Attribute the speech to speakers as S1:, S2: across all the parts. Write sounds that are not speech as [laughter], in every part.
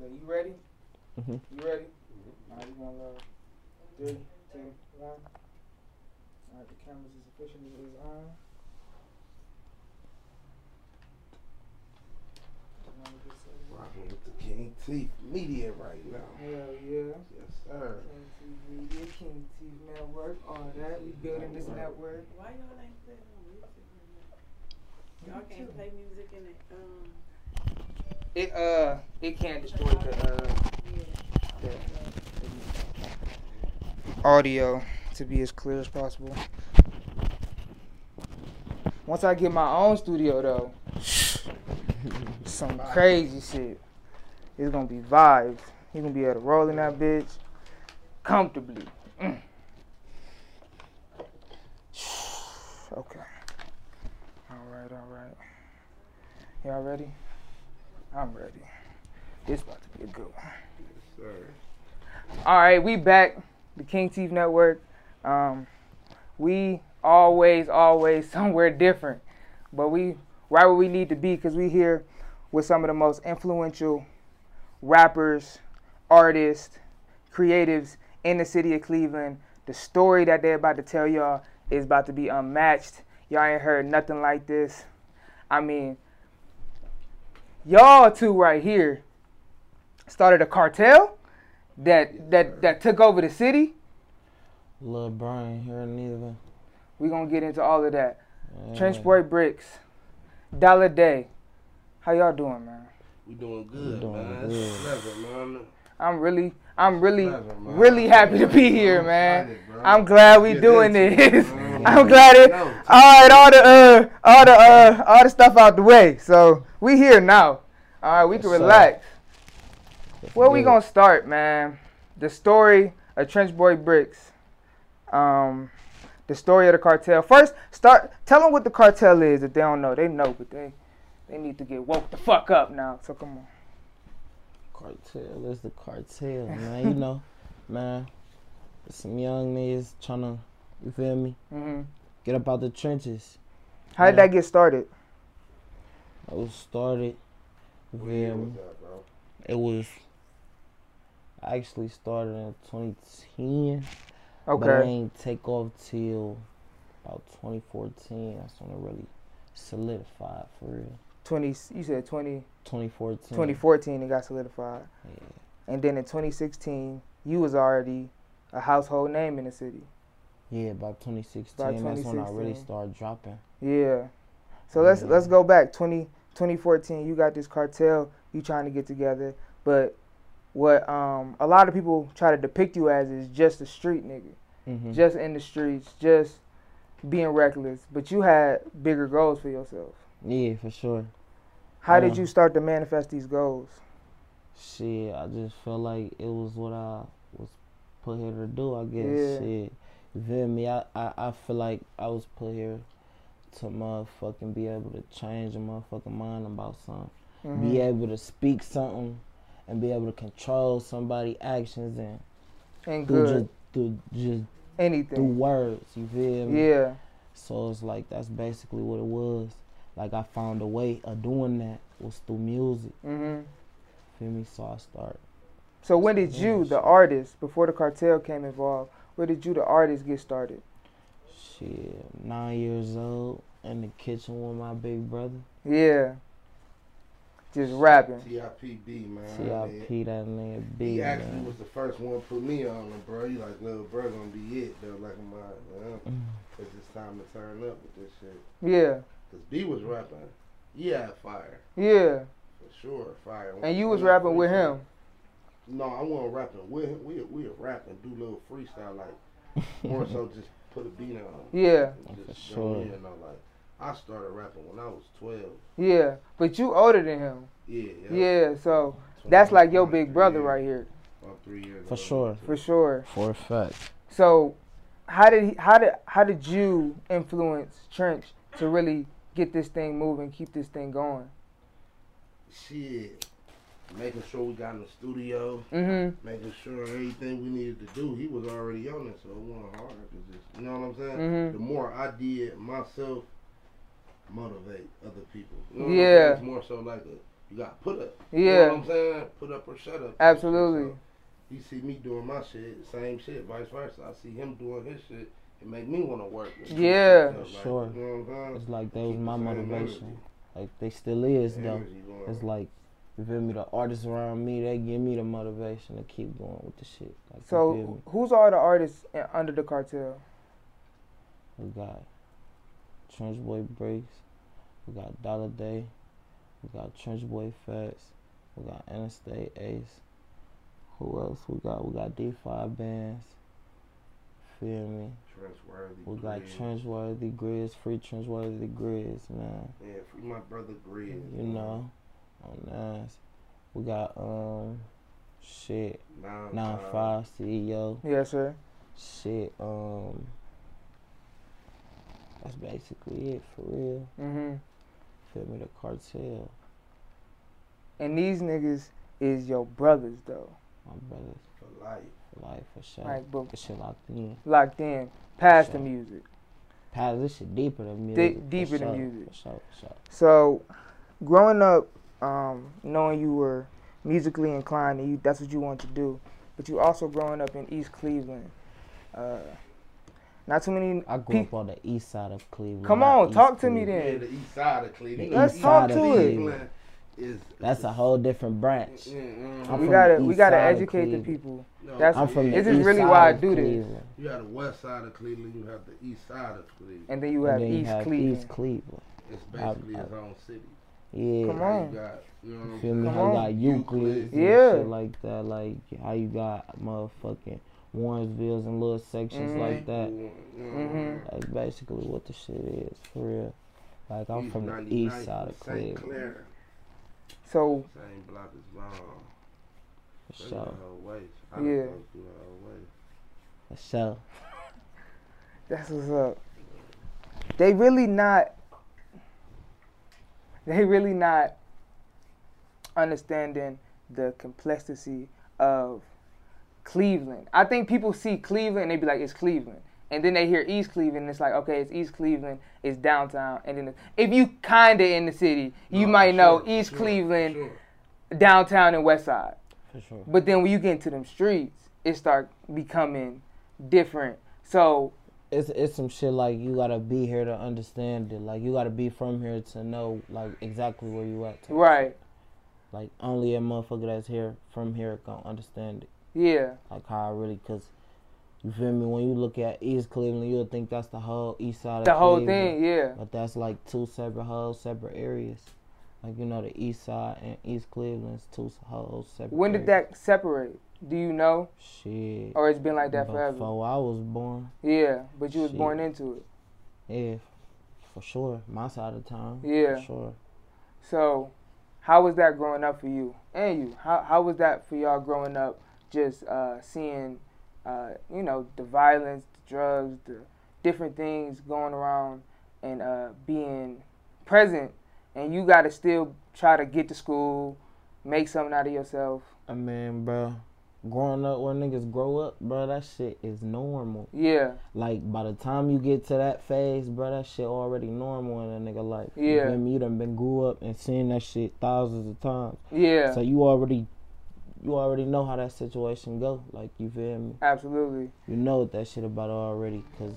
S1: Look, you ready?
S2: Mhm.
S1: You ready? Alright, you uh, gonna love three, two, one. Alright, the camera's as efficient as it is on. Let me get some-
S3: Rocking with the King Teeth Media right now.
S1: Hell yeah.
S3: Yes, sir.
S1: King Teeth Media, King Teeth Network, all that. We building this network.
S4: Why y'all ain't playing no music right now? Y'all
S1: too.
S4: can't play music in it. Um,
S1: It uh, it can't destroy the uh,
S4: yeah.
S1: audio to be as clear as possible. Once I get my own studio though, some crazy shit. It's gonna be vibes. You gonna be able to roll in that bitch comfortably. Mm. [sighs] Okay. All right, all right. Y'all ready? I'm ready. This about to be a good one.
S3: Yes, sir.
S1: All right, we back. The King Teeth Network. Um, we always, always [laughs] somewhere different, but we right where we need to be because we here with some of the most influential rappers, artists, creatives in the city of Cleveland. The story that they're about to tell y'all is about to be unmatched. Y'all ain't heard nothing like this. I mean, y'all two right here started a cartel that that that took over the city.
S2: Lil Brian here in Cleveland.
S1: We're gonna get into all of that.
S2: Yeah.
S1: Trench Boy Bricks, Dollar Day. How y'all doing, man?
S3: We doing good,
S2: doing
S3: man.
S2: good.
S3: Clever, man.
S1: I'm really I'm really
S3: Clever, man.
S1: really happy to be
S3: I'm
S1: here, man.
S3: excited, bro.
S1: I'm glad we
S3: Get
S1: doing
S3: into it, Mm-hmm.
S1: this.
S3: man.
S1: [laughs] I'm glad it
S3: Yo.
S1: all right, all the uh all the uh all the stuff out the way. So we here now. All right, we can
S2: Yes, sir.
S1: relax.
S2: Let's
S1: Where
S2: do
S1: we
S2: it.
S1: gonna start, man? The story of Trench Boy Bricks. Um, the story of the cartel. First, start tell them what the cartel is. If they don't know, they know, but they they need to get woke the fuck up now. So come on.
S2: Cartel is the cartel, man. You know, man. Some young niggas trying to, you feel me?
S1: hmm
S2: Get up out the trenches.
S1: How did
S2: Yeah.
S1: that get started?
S2: I was started. You
S3: What year
S2: feel me?
S3: was that, bro?
S2: It was I actually started in 2010, but I
S1: Okay.
S2: ain't take off till about 2014. That's when it really solidified for real.
S1: Twenty. You said 20,
S2: 2014.
S1: 2014 It got solidified,
S2: Yeah.
S1: and then in twenty sixteen, you was already a household name in the city.
S2: Yeah, about 2016.
S1: By
S2: That's when I really
S1: 2016.
S2: started dropping.
S1: Yeah. So let's
S2: Yeah.
S1: let's go back 20, 2014. You got this cartel you trying to get together, but what um a lot of people try to depict you as is just a street nigga,
S2: Mm-hmm.
S1: just in the streets, just being reckless. But you had bigger goals for yourself.
S2: yeah, for sure.
S1: How did
S2: Um,
S1: you start to manifest these goals?
S2: Shit, I just felt like it was what I was put here to do. I guess.
S1: Yeah.
S2: Shit, you feel me? I, I I feel like I was put here to motherfucking be able to change a motherfucking mind about something.
S1: Mhm.
S2: Be
S3: Mm-hmm.
S2: able to speak something, and be able to control somebody' actions and
S1: and
S2: through
S1: good
S2: just through just through
S1: anything.
S2: words. You feel me?
S1: Yeah.
S2: So it's like that's basically what it was. Like I found a way of doing that was through music.
S1: Mhm.
S2: Feel me? So I start.
S1: So when did
S2: Yeah,
S1: you, the
S2: shit.
S1: artist, before the cartel came involved, where did you, the artist, get started?
S2: Shit, nine years old in the kitchen with my big brother.
S1: Yeah. Just rapping.
S3: TIPB, man. He-
S2: CIP that nigga big.
S3: He actually
S2: man.
S3: was the first one to put me on him, bro. You like, little bro, gonna be it, though. Like, I'm like, man,
S2: Mm.
S3: it's just time to turn up with this shit.
S1: Yeah.
S3: Because B was rapping. Yeah, fire.
S1: Yeah.
S3: For sure, fire.
S1: And you was
S3: We were
S1: rapping with
S3: freestyle.
S1: him.
S3: No, I wasn't rapping with him. We we were rapping, do little freestyle, like
S1: [laughs]
S3: more so just put a beat on.
S1: Yeah.
S3: And
S2: For
S3: just
S2: sure.
S3: go in, You know, like I started rapping when I was twelve.
S1: Yeah. But you older than him.
S3: Yeah,
S1: Yeah. so that's like your big brother right here
S3: About three years.
S2: For
S3: old.
S2: sure.
S1: for sure.
S2: For a fact.
S1: So how did he, how did how did you influence Trench to really get this thing moving, keep this thing going?
S3: Shit, making sure we got in the studio,
S1: Mhm.
S3: making sure everything we needed to do. He was already on it, so it wasn't hard. It's just, you know what I'm saying?
S1: Mhm.
S3: The more I did myself, motivate other people. You know what I'm
S1: Yeah.
S3: saying? It's more so like a You got to put up. You know what
S1: Yeah,
S3: I'm saying? Put up or shut up.
S1: absolutely.
S3: You see me doing my shit, same shit, vice versa. I see him doing his shit, it make me want to work.
S1: Yeah.
S3: Like,
S2: Sure.
S3: You know what I'm saying?
S2: It's like that was my
S3: Same
S2: motivation. Like they still is
S3: energy.
S2: though.
S3: Energy going
S2: It's
S3: on.
S2: like you feel me. The artists around me, they give me the motivation to keep going with the shit. Like, you feel me?
S1: So who's all the artists in- under the cartel?
S2: We got Trench Boy Breaks. We got Dollar Day. We got Trench Boy Facts. We got Interstate Ace. Who else we got? We got D5 Bands. Feel me?
S3: Trustworthy.
S2: We got
S3: Grizz.
S2: Trenchworthy Grizz, Free Trenchworthy Grizz, man.
S3: Yeah, free my brother Greg.
S2: You know, on us. We got, um, shit,
S3: Nine,
S2: 9-5 CEO.
S1: Yes, sir.
S2: Shit, um, that's basically it for real.
S1: hmm
S2: Feel me, the cartel,
S1: And these niggas is your brothers though.
S2: my brothers
S3: for life.
S2: for life, for sure.
S1: Like, but
S2: This shit locked in.
S1: locked in, past the
S2: Sure.
S1: music.
S2: Pal, this shit deeper than
S1: Di-
S2: music. for
S1: deeper than
S2: sure,
S1: music.
S2: For sure, for sure.
S1: So, growing up, um, knowing you were musically inclined and you, that's what you wanted to do, but you also growing up in East Cleveland. Uh, not too many.
S2: I grew
S1: Pe-
S2: up on the east side of Cleveland.
S1: Come
S2: not
S1: on,
S2: East
S1: talk to me
S2: Cleveland.
S1: Yeah.
S3: Yeah, the east side of Cleveland.
S2: The
S1: Let's
S2: east
S1: talk
S2: side of
S1: to it.
S2: Cleveland.
S3: Is,
S2: That's a whole different branch.
S3: Yeah, mhm.
S2: I'm
S1: we
S2: from
S1: gotta
S2: the
S1: we
S2: east
S1: gotta
S2: side of
S1: educate the
S2: Cleveland.
S1: people.
S3: No,
S1: that's-
S2: I'm from the
S1: This is
S2: east
S1: really
S2: side
S1: why I
S2: of
S1: do this.
S2: Cleveland.
S3: You have the west side of Cleveland, you have the east side of Cleveland.
S1: And then you
S2: And
S1: have
S2: then you
S1: East
S2: have
S1: Cleveland.
S2: East Cleveland.
S3: It's
S2: I-
S3: basically
S2: I-
S3: its own city.
S2: Yeah.
S1: Come
S3: How
S1: on.
S3: You got, you know what
S2: You
S3: I'm
S2: feel me?
S1: Come
S2: How you got
S1: on.
S2: Euclid, and
S1: Yeah.
S2: shit like that. Like how you got motherfucking Warrensville's and little sections
S1: Mhm.
S2: like that.
S3: You know what I'm saying?
S2: That's basically what the shit is for real. Like I'm
S3: East
S2: from the
S3: 99th,
S2: east side of
S3: St.
S2: Cleveland.
S3: Clair,
S1: So
S3: Same block as mine.
S2: For
S3: They
S2: sure.
S3: the whole way. I
S1: Yeah.
S3: done go through the whole way.
S2: For sure.
S1: that's what's up. They really not. They really not understanding the complexity of Cleveland. I think people see Cleveland and they be like, it's Cleveland. And then they hear East Cleveland, and it's like, okay, it's East Cleveland, it's downtown. And then if you kinda in the city, you
S3: No, for
S1: might know
S3: sure, for
S1: East
S3: sure, for
S1: Cleveland,
S3: sure.
S1: downtown, and West Side.
S2: For sure.
S1: But then when you get into them streets, it start becoming different. So
S2: It's it's some shit like you gotta be here to understand it. Like you gotta be from here to know like exactly where you at. type shit.
S1: right,
S2: Like only a motherfucker that's here from here gonna understand it.
S1: yeah,
S2: Like how I really cause you feel me? When you look at East Cleveland, you'll think that's the whole east side. of
S1: the whole
S2: Cleveland.
S1: thing, yeah,
S2: But that's like two separate whole separate areas. Like you know, the East Side and East Cleveland's two s- whole separate.
S1: When did
S2: areas.
S1: that separate? Do you know,
S2: Shit.
S1: or it's been like that forever?
S2: Before I was born,
S1: Yeah, but you was
S2: Shit.
S1: born into it.
S2: yeah, for sure. My side of town,
S1: Yeah.
S2: for sure.
S1: So, how was that growing up for you and you? How how was that for y'all growing up? Just uh, seeing, uh, you know, the violence, the drugs, the different things going around, and uh, being present, and you got to still try to get to school, make something out of yourself.
S2: I mean, bro, growing up where niggas grow up, bro, that shit is normal.
S1: Yeah,
S2: Like by the time you get to that phase, bro, that shit already normal in a nigga life. You
S1: Yeah.
S2: feel me? You done been grew up and seen that shit thousands of times.
S1: yeah,
S2: So you already you already know how that situation go. Like you feel me?
S1: absolutely.
S2: You know what that shit about already, cause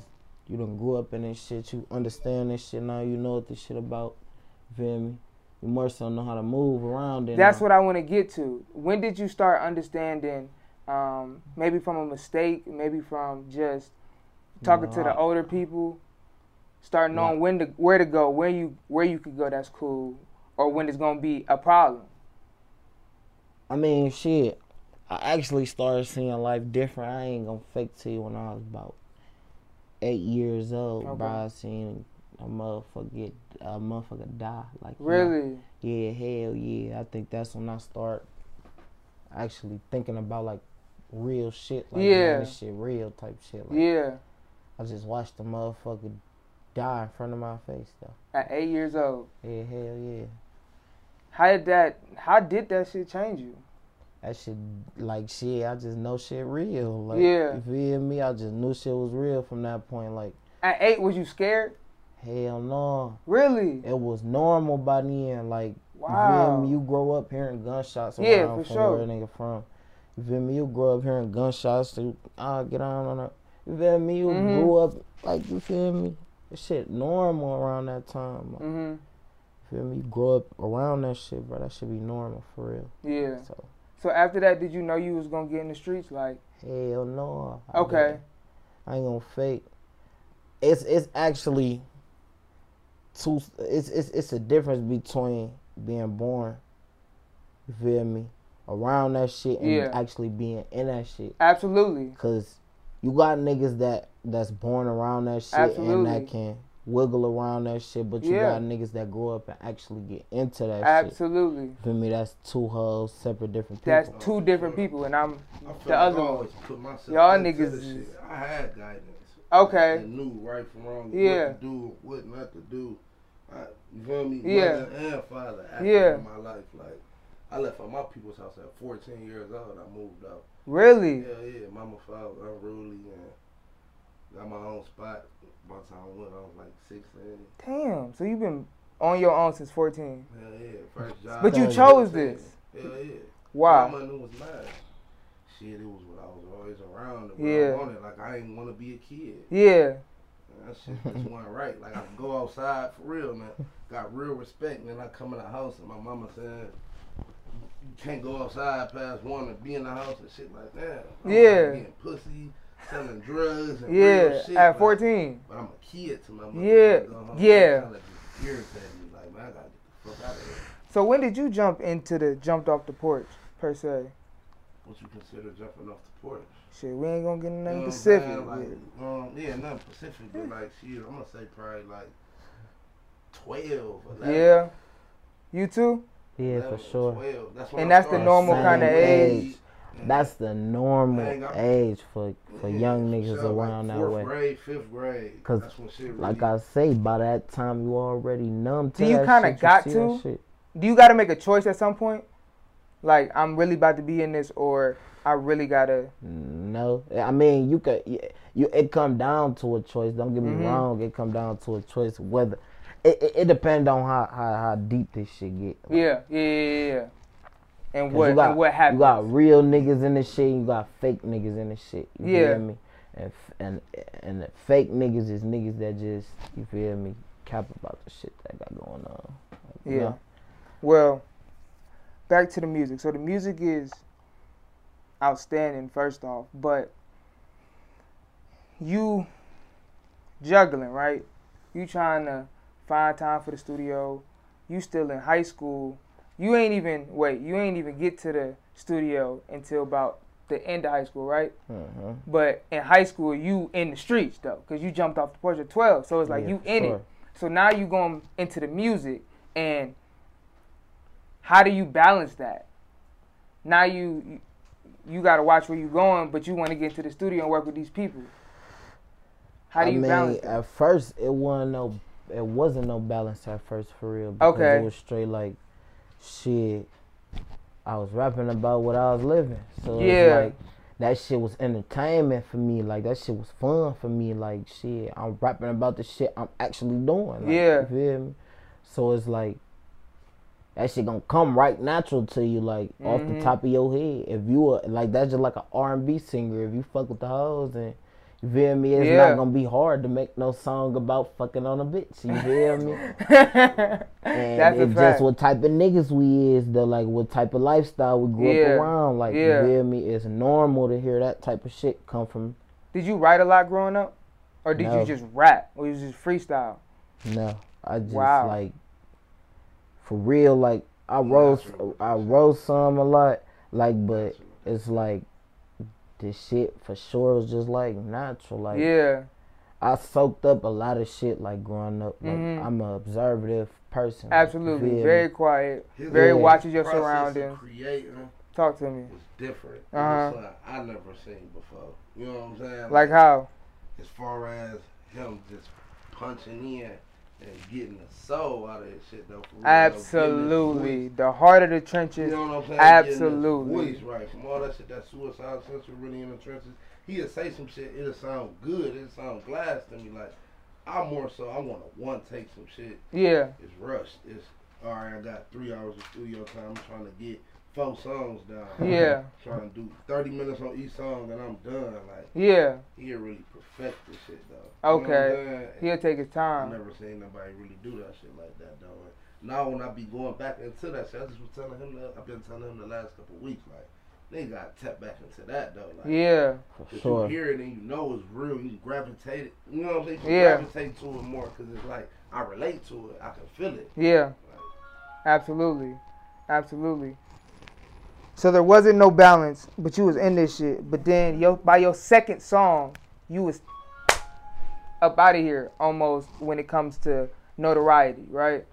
S2: you done grew up in this shit. You understand this shit now. You know what this shit about. You feel me? You more so know how to move around. And
S1: That's what I want to get to. When did you start understanding? Um, maybe from a mistake, maybe from just talking to the
S2: Right.
S1: older people, start knowing when to where to go, where you where you could go. That's cool, or when it's gonna be a problem.
S2: I mean, shit. I actually started seeing life different. I ain't gonna fake to you when I was about eight years old.
S1: Okay.
S2: Bro, I seen a motherfucker get a motherfucker die. Like you know,
S1: Really,
S2: Yeah, hell yeah. I think that's when I start actually thinking about like real shit. Like,
S1: Yeah.
S2: Man, this shit real type shit. Like,
S1: yeah.
S2: I just watched the motherfucker die in front of my face though.
S1: At eight years old,
S2: Yeah, hell yeah.
S1: how did that? How did that shit change you?
S2: That shit, like shit, I just know shit real. Like,
S1: Yeah.
S2: You feel me? I just knew shit was real from that point. Like,
S1: At eight, was you scared?
S2: hell no.
S1: Really?
S2: It was normal by then. Like,
S1: Wow.
S2: You, feel me? you grow up hearing gunshots
S1: Yeah, for
S2: around from
S1: sure.
S2: where a nigga from. You feel me? You grow up hearing gunshots to ah get on on her. You feel me? You
S1: Mhm.
S2: grew up like you feel me? This shit normal around that time. Like,
S1: Mhm.
S2: you feel me? You grow up around that shit, bro. That should be normal for real.
S1: Yeah.
S2: So
S1: So after that, did you know you was gonna get in the streets? Like,
S2: Hell no. I
S1: Okay.
S2: didn't. I ain't gonna fake. It's it's actually two. It's it's it's a difference between being born. You feel me? Around that shit and
S1: Yeah.
S2: actually being in that shit,
S1: absolutely.
S2: cause you got niggas that that's born around that shit and
S1: Absolutely.
S2: that can wiggle around that shit, but you
S1: Yeah.
S2: got niggas that grow up and actually get into that shit.
S1: Absolutely.
S2: For me, that's two whole separate different people.
S1: That's two different people, and I'm
S3: I feel
S1: the other
S3: like I
S1: one.
S3: always put myself
S1: Y'all
S3: into
S1: niggas
S3: this
S1: is-
S3: shit. I had guidance.
S1: Okay.
S3: and knew right from wrong.
S1: Yeah.
S3: What to do, what not to do. I, you feel me?
S1: Yeah.
S3: Mother and father acted
S1: Yeah.
S3: in my life. Like, I left from my people's house at 14 years old. I moved out.
S1: Really?
S3: Yeah, yeah. Mama filed unruly and got my own spot. By the time I went, I was like 16.
S1: Damn. So you've been on your own since 14.
S3: Hell yeah. First job.
S1: But you
S3: I was
S1: chose
S3: 16.
S1: this.
S3: Hell yeah.
S1: Wow.
S3: My money was mine. Shit, it was what I was always around. and What
S1: Yeah.
S3: I wanted. Like, I didn't want to be a kid.
S1: Yeah.
S3: That shit
S1: [laughs]
S3: just went right. Like I go outside for real, man. Got real respect, and then I come in the house and my mama said, "You can't go outside past one and be in the house and shit like that." I'm like
S1: Yeah.
S3: Getting pussy, selling drugs, and
S1: Yeah.
S3: Real shit,
S1: At
S3: but-
S1: 14.
S3: But I'm a kid to my mother.
S1: Yeah,
S3: Go home,
S1: yeah.
S3: It kinda just irritated me. Like man, I gotta get the fuck out of here.
S1: So when did you jump into the jumped off the porch per se?
S3: What you consider jumping off the porch?
S1: Shit, we ain't gonna get into
S3: You
S1: nothing
S3: know what I'm
S1: specific.
S3: saying? Like,
S1: with-
S3: um, yeah, nothing specific, but like, shit, I'm gonna say probably like twelve. 11,
S1: Yeah. You too?
S2: yeah,
S3: 11,
S2: for sure.
S3: 12. That's
S1: And that's the
S2: normal kinda age. That's the
S3: Dang,
S2: normal
S3: I-
S2: age for for young niggas around
S3: like
S2: that
S3: fourth
S2: way.
S3: grade, fifth grade.
S2: 'Cause,
S3: that's when shit really,
S2: Like I say, by that time you already numb to
S1: Do you
S2: that
S1: kinda
S2: shit,
S1: got
S2: see that
S1: to?
S2: shit.
S1: Do you gotta make a choice at some point? Like, I'm really about to be in this, or I really gotta.
S2: No, I mean you could you, you it come down to a choice. Don't get me
S1: Mhm.
S2: wrong, it come down to a choice whether it it, it depend on how, how how deep this shit get. Like,
S1: Yeah, yeah, yeah, yeah, yeah. And
S2: 'cause
S1: what,
S2: you got,
S1: and what happens?
S2: You got real niggas in this shit. You got fake niggas in this shit. You
S1: Yeah.
S2: feel me? And f- and and the fake niggas is niggas that just you feel me cap about the shit that got going on.
S1: Yeah.
S2: You know?
S1: Well, back to the music. So the music is outstanding, first off, but you juggling, right? You trying to find time for the studio. You still in high school. You ain't even wait. You ain't even get to the studio until about the end of high school, right?
S2: Mhm.
S1: But in high school, you in the streets though, cause you jumped off the porch at twelve. So it's like
S2: Yeah,
S1: you
S2: for
S1: in
S2: Mm-hmm. sure.
S1: it. So now you going into the music, and how do you balance that? Now you you got to watch where you going, but you want to get into the studio and work with these people. How do
S2: I
S1: you
S2: mean,
S1: balance that?
S2: At first, it wasn't no, it wasn't no balance at first for real. Because
S1: Okay.
S2: It was straight like, shit. I was rapping about what I was living, so
S1: Yeah.
S2: yeah. like that shit was entertainment for me. Like that shit was fun for me. Like shit, I'm rapping about the shit I'm actually doing. Like,
S1: Yeah.
S2: You feel me? So it's like. That shit gonna come right natural to you, like off
S1: Mhm.
S2: the top of your head. If you a, like, that's just like an R and B singer. If you fuck with the hoes and you feel me? It's
S1: Yeah.
S2: not gonna be hard to make no song about fucking on a bitch. You feel
S1: [laughs]
S2: me? And
S1: That's a
S2: it's
S1: fact.
S2: just what type of niggas we is, the like what type of lifestyle we grew
S1: Yeah.
S2: up around. Like
S1: Yeah.
S2: you feel me? It's normal to hear that type of shit come from
S1: [laughs] did you write a lot growing up, or did
S2: No.
S1: you just rap, or you just freestyle?
S2: no. I just
S1: Wow.
S2: like for real, like I rose
S3: Natural.
S2: I rose some a lot. Like but it's like this shit for sure was just like natural. Like
S1: yeah,
S2: I soaked up a lot of shit like growing up. Like
S1: Mhm.
S2: I'm an observative person. like, you feel
S1: absolutely.
S2: me?
S1: Very quiet.
S3: His
S1: Very
S2: Yeah.
S1: watches your
S3: process of
S1: surroundings.
S3: Creating
S1: Talk to me.
S3: was different. It
S1: Uh-huh.
S3: was something I never seen before. You know what I'm saying?
S1: Like how?
S3: as far as him just punching in and getting the soul out of his shit though. For real, getting his
S1: Absolutely. The heart of the
S3: voice,
S1: trenches.
S3: You know what I'm saying?
S1: Absolutely.
S3: Getting his voice right from all that shit, that suicide sensor really in the trenches. He'll say some shit, it'll sound good, it'll sound glass to me. Like, I'm more so, I want to one take some shit.
S1: Yeah.
S3: It's rushed. It's all right, I got three hours of studio time. I'm trying to get four songs down.
S1: Yeah.
S3: trying to do 30 minutes on each song, and I'm done. Like,
S1: Yeah.
S3: he'll really perfect this shit, though. You know what I'm
S1: Okay.
S3: saying?
S1: He'll take his
S3: I
S1: time.
S3: never seen nobody really do that shit like that though. And now when I be going back into that shit, I just was telling him. The, I've been telling him the last couple weeks, like they got to tap back into that though. Like,
S1: Yeah.
S2: For
S3: If
S2: sure.
S3: you hear it and you know it's real, you gravitate. it- You know what I'm saying? You
S1: Yeah.
S3: Gravitate to it more because it's like I relate to it. I can feel it.
S1: Yeah. Absolutely. Absolutely. So there wasn't no balance, but you was in this shit. But then yo by your second song, you was up out of here almost when it comes to notoriety, right?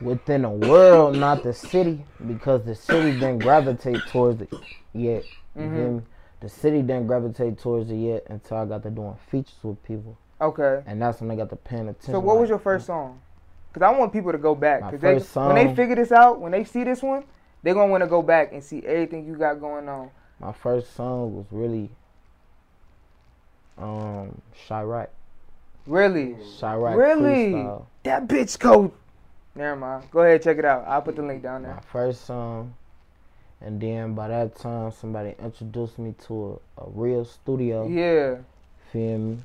S2: Within the world, not the city, because the city didn't gravitate towards it yet. You
S1: Mm-hmm.
S2: hear me? The city didn't gravitate towards it yet until I got to doing features with people,
S1: Okay.
S2: and that's when I got to paying attention.
S1: So what was
S2: like,
S1: your first song? Cause I want people to go back.
S2: My
S1: Cause they,
S2: first
S1: when they
S2: song-
S1: figure this out, when they see this one, they gonna want to go back and see everything you got going on.
S2: My first song was really um Chirac.
S1: Really,
S2: Chirac
S1: Really?
S2: freestyle.
S1: that bitch go. Never mind. Go ahead, check it out. I'll put the link down
S2: My
S1: there.
S2: first song. And then by that time somebody introduced me to a, a real studio.
S1: Yeah.
S2: Feel me?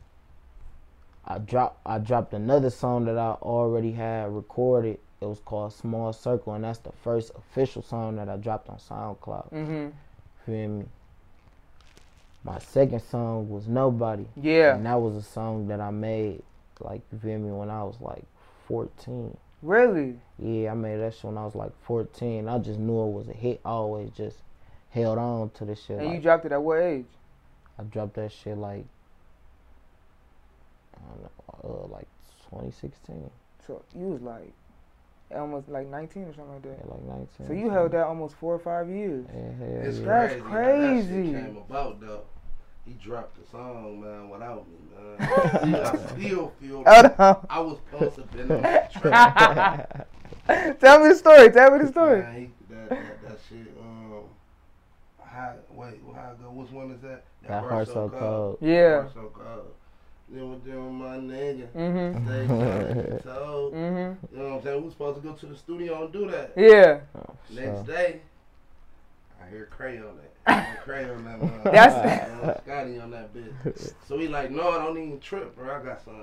S2: I dropped I dropped another song that I already had recorded. It was called Small Circle and that's the first official song that I dropped on SoundCloud.
S1: Mm-hmm.
S2: Feel me? My second song was Nobody.
S1: Yeah.
S2: And that was a song that I made, like, you feel me, when I was like 14.
S1: Really.
S2: Yeah, I made that shit when I was like 14. I just knew it was a hit. I always just held on to this shit.
S1: And you
S2: Like,
S1: dropped it at what age?
S2: I dropped that shit like, I don't know, uh, like 2016.
S1: So you was like, almost like 19 or something like
S2: Yeah,
S1: that.
S2: like 19.
S1: So you held that almost four or five years. [laughs]
S2: Yeah, hell
S3: It's
S2: yeah.
S1: That's
S3: crazy. how that
S1: crazy.
S3: shit came about though. He dropped the song, man, without me,
S1: [laughs]
S3: man. I still feel
S1: Hold on.
S3: I was supposed to have been
S1: [laughs]
S3: on that
S2: [laughs]
S3: track.
S1: Tell me the story. Tell me the story.
S3: Nah, he, that, that, that shit. Um, how, wait, how go? Which one is that?
S2: That heart so cold.
S1: Yeah.
S3: Heart so cold. Then with them, my nigga.
S1: Mm-hmm.
S3: They kinda
S2: [laughs]
S3: told.
S1: Mm-hmm.
S3: You know what I'm saying? We was supposed to go to the studio and do that.
S1: Yeah.
S2: Oh,
S3: Next
S2: so,
S3: day, I hear Cray on that. I hear Cray on that. mother-
S1: [laughs] That's-
S3: you know, uh, Scotty on that bitch. So he like, no, I don't even trip, bro. I got some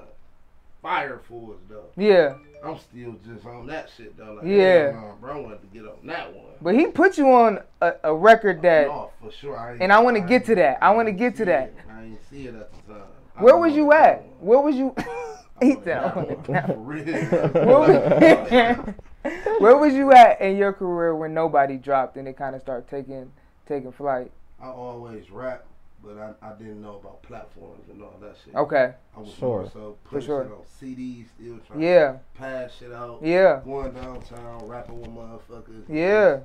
S3: fire for us though.
S1: Yeah.
S3: I'm still just on that shit though. Like,
S1: Yeah.
S3: hell nah, bro, I wanted to get on that one.
S1: But he put you on a, a record that.
S3: No, for sure. I ain't-
S1: And I wanna
S3: ain't-
S1: get to that. I wanna
S3: ain't
S1: get to
S3: see
S1: that.
S3: it. I didn't see it at the time. I
S1: Where
S3: don't
S1: was
S3: know
S1: you
S3: what
S1: at?
S3: that was.
S1: Where was you? [laughs]
S3: I
S1: he
S3: wanted
S1: said, I
S3: that
S1: wanted
S3: one,
S1: that
S3: [laughs] for
S1: one.
S3: real.
S1: [laughs] Where was- [laughs] Where was you at in your career when nobody dropped and it kind of started taking taking flight?
S3: [laughs]
S1: [laughs]
S3: I always rap, but I, I didn't know about platforms and all that shit.
S1: Okay.
S3: I was
S2: Sure.
S3: more so putting
S1: sure.
S3: shit on CDs, still trying
S1: Yeah.
S3: to pass shit out,
S1: Yeah.
S3: going downtown, rapping with motherfuckers.
S1: Yeah.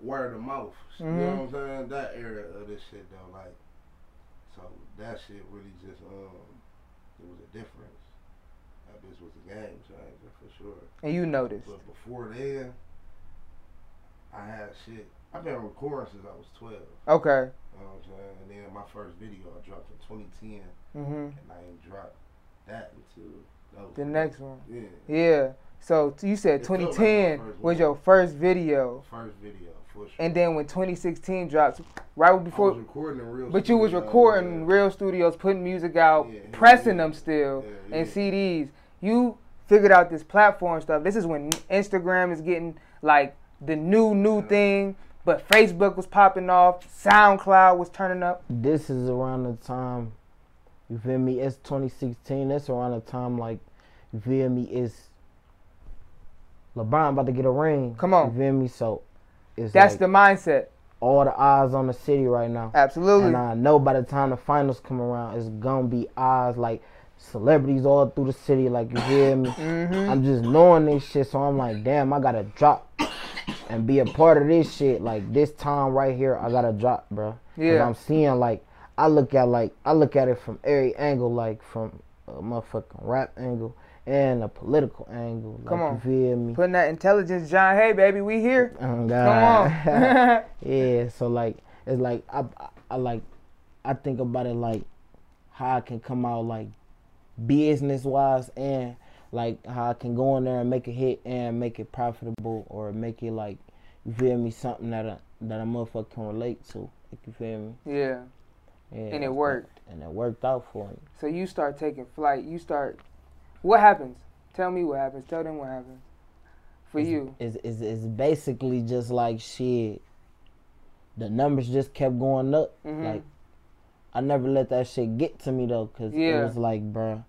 S3: Word of mouth. You
S1: Mm-hmm.
S3: know what I'm saying? That era of this shit though, like, so that shit really just um, it was a difference. That bitch was a game changer for sure.
S1: And you noticed.
S3: But before then, I had shit. I've been recording since I was 12.
S1: Okay.
S3: You know what I'm saying? And then my first video I dropped in 2010,
S1: Mhm.
S3: and I ain't dropped that until that was
S1: The next one.
S3: Yeah.
S1: Yeah. So t- you said
S3: It felt like my
S1: 2010
S3: first
S1: was
S3: one.
S1: your first video,
S3: First video for sure.
S1: and then when 2016 drops, right
S3: I was
S1: before.
S3: recording in real.
S1: But you was
S3: studio,
S1: recording in
S3: yeah.
S1: real studios, putting music out,
S3: Yeah, yeah,
S1: pressing
S3: yeah.
S1: them still,
S3: Yeah, yeah.
S1: and CDs. You figured out this platform stuff. This is when Instagram is getting like the new new thing, but Facebook was popping off, SoundCloud was turning up.
S2: this is around the time, you feel me? It's 2016. That's around the time, like, you feel me? It's LeBron about to get a ring.
S1: Come on.
S2: You feel me? So it's
S1: That's
S2: like
S1: the mindset.
S2: all the eyes on the city right now.
S1: Absolutely.
S2: And I know by the time the finals come around, it's gonna be eyes like celebrities all through the city. Like you hear me?
S1: Mm-hmm.
S2: I'm just knowing this shit, so I'm like, damn, I gotta drop and be a part of this shit. Like this time right here, I gotta drop, bro.
S1: Yeah.
S2: I'm seeing like I look at like I look at it from every angle, like from a motherfucking rap angle and a political angle. Like,
S1: Come on.
S2: you feel me?
S1: Putting that intelligence, John. Hey, baby, we here.
S2: Oh,
S1: Come
S2: [laughs] God.
S1: on. [laughs]
S2: Yeah, so like it's like I, I I like I think about it like how I can come out like business wise and like how I can go in there and make a hit and make it profitable or make it like you feel me something that a that a motherfucker can relate to. If you feel me,
S1: Yeah.
S2: yeah.
S1: And it worked.
S2: And it worked out for me.
S1: So you start taking flight. You start. What happens? Tell me what happens. Tell them what happens. For
S2: It's-
S1: you,
S2: It's, it's, it's basically just like shit. The numbers just kept going up.
S1: Mhm.
S2: Like, I never let that shit get to me though, cause
S1: Yeah.
S2: it was like, bruh,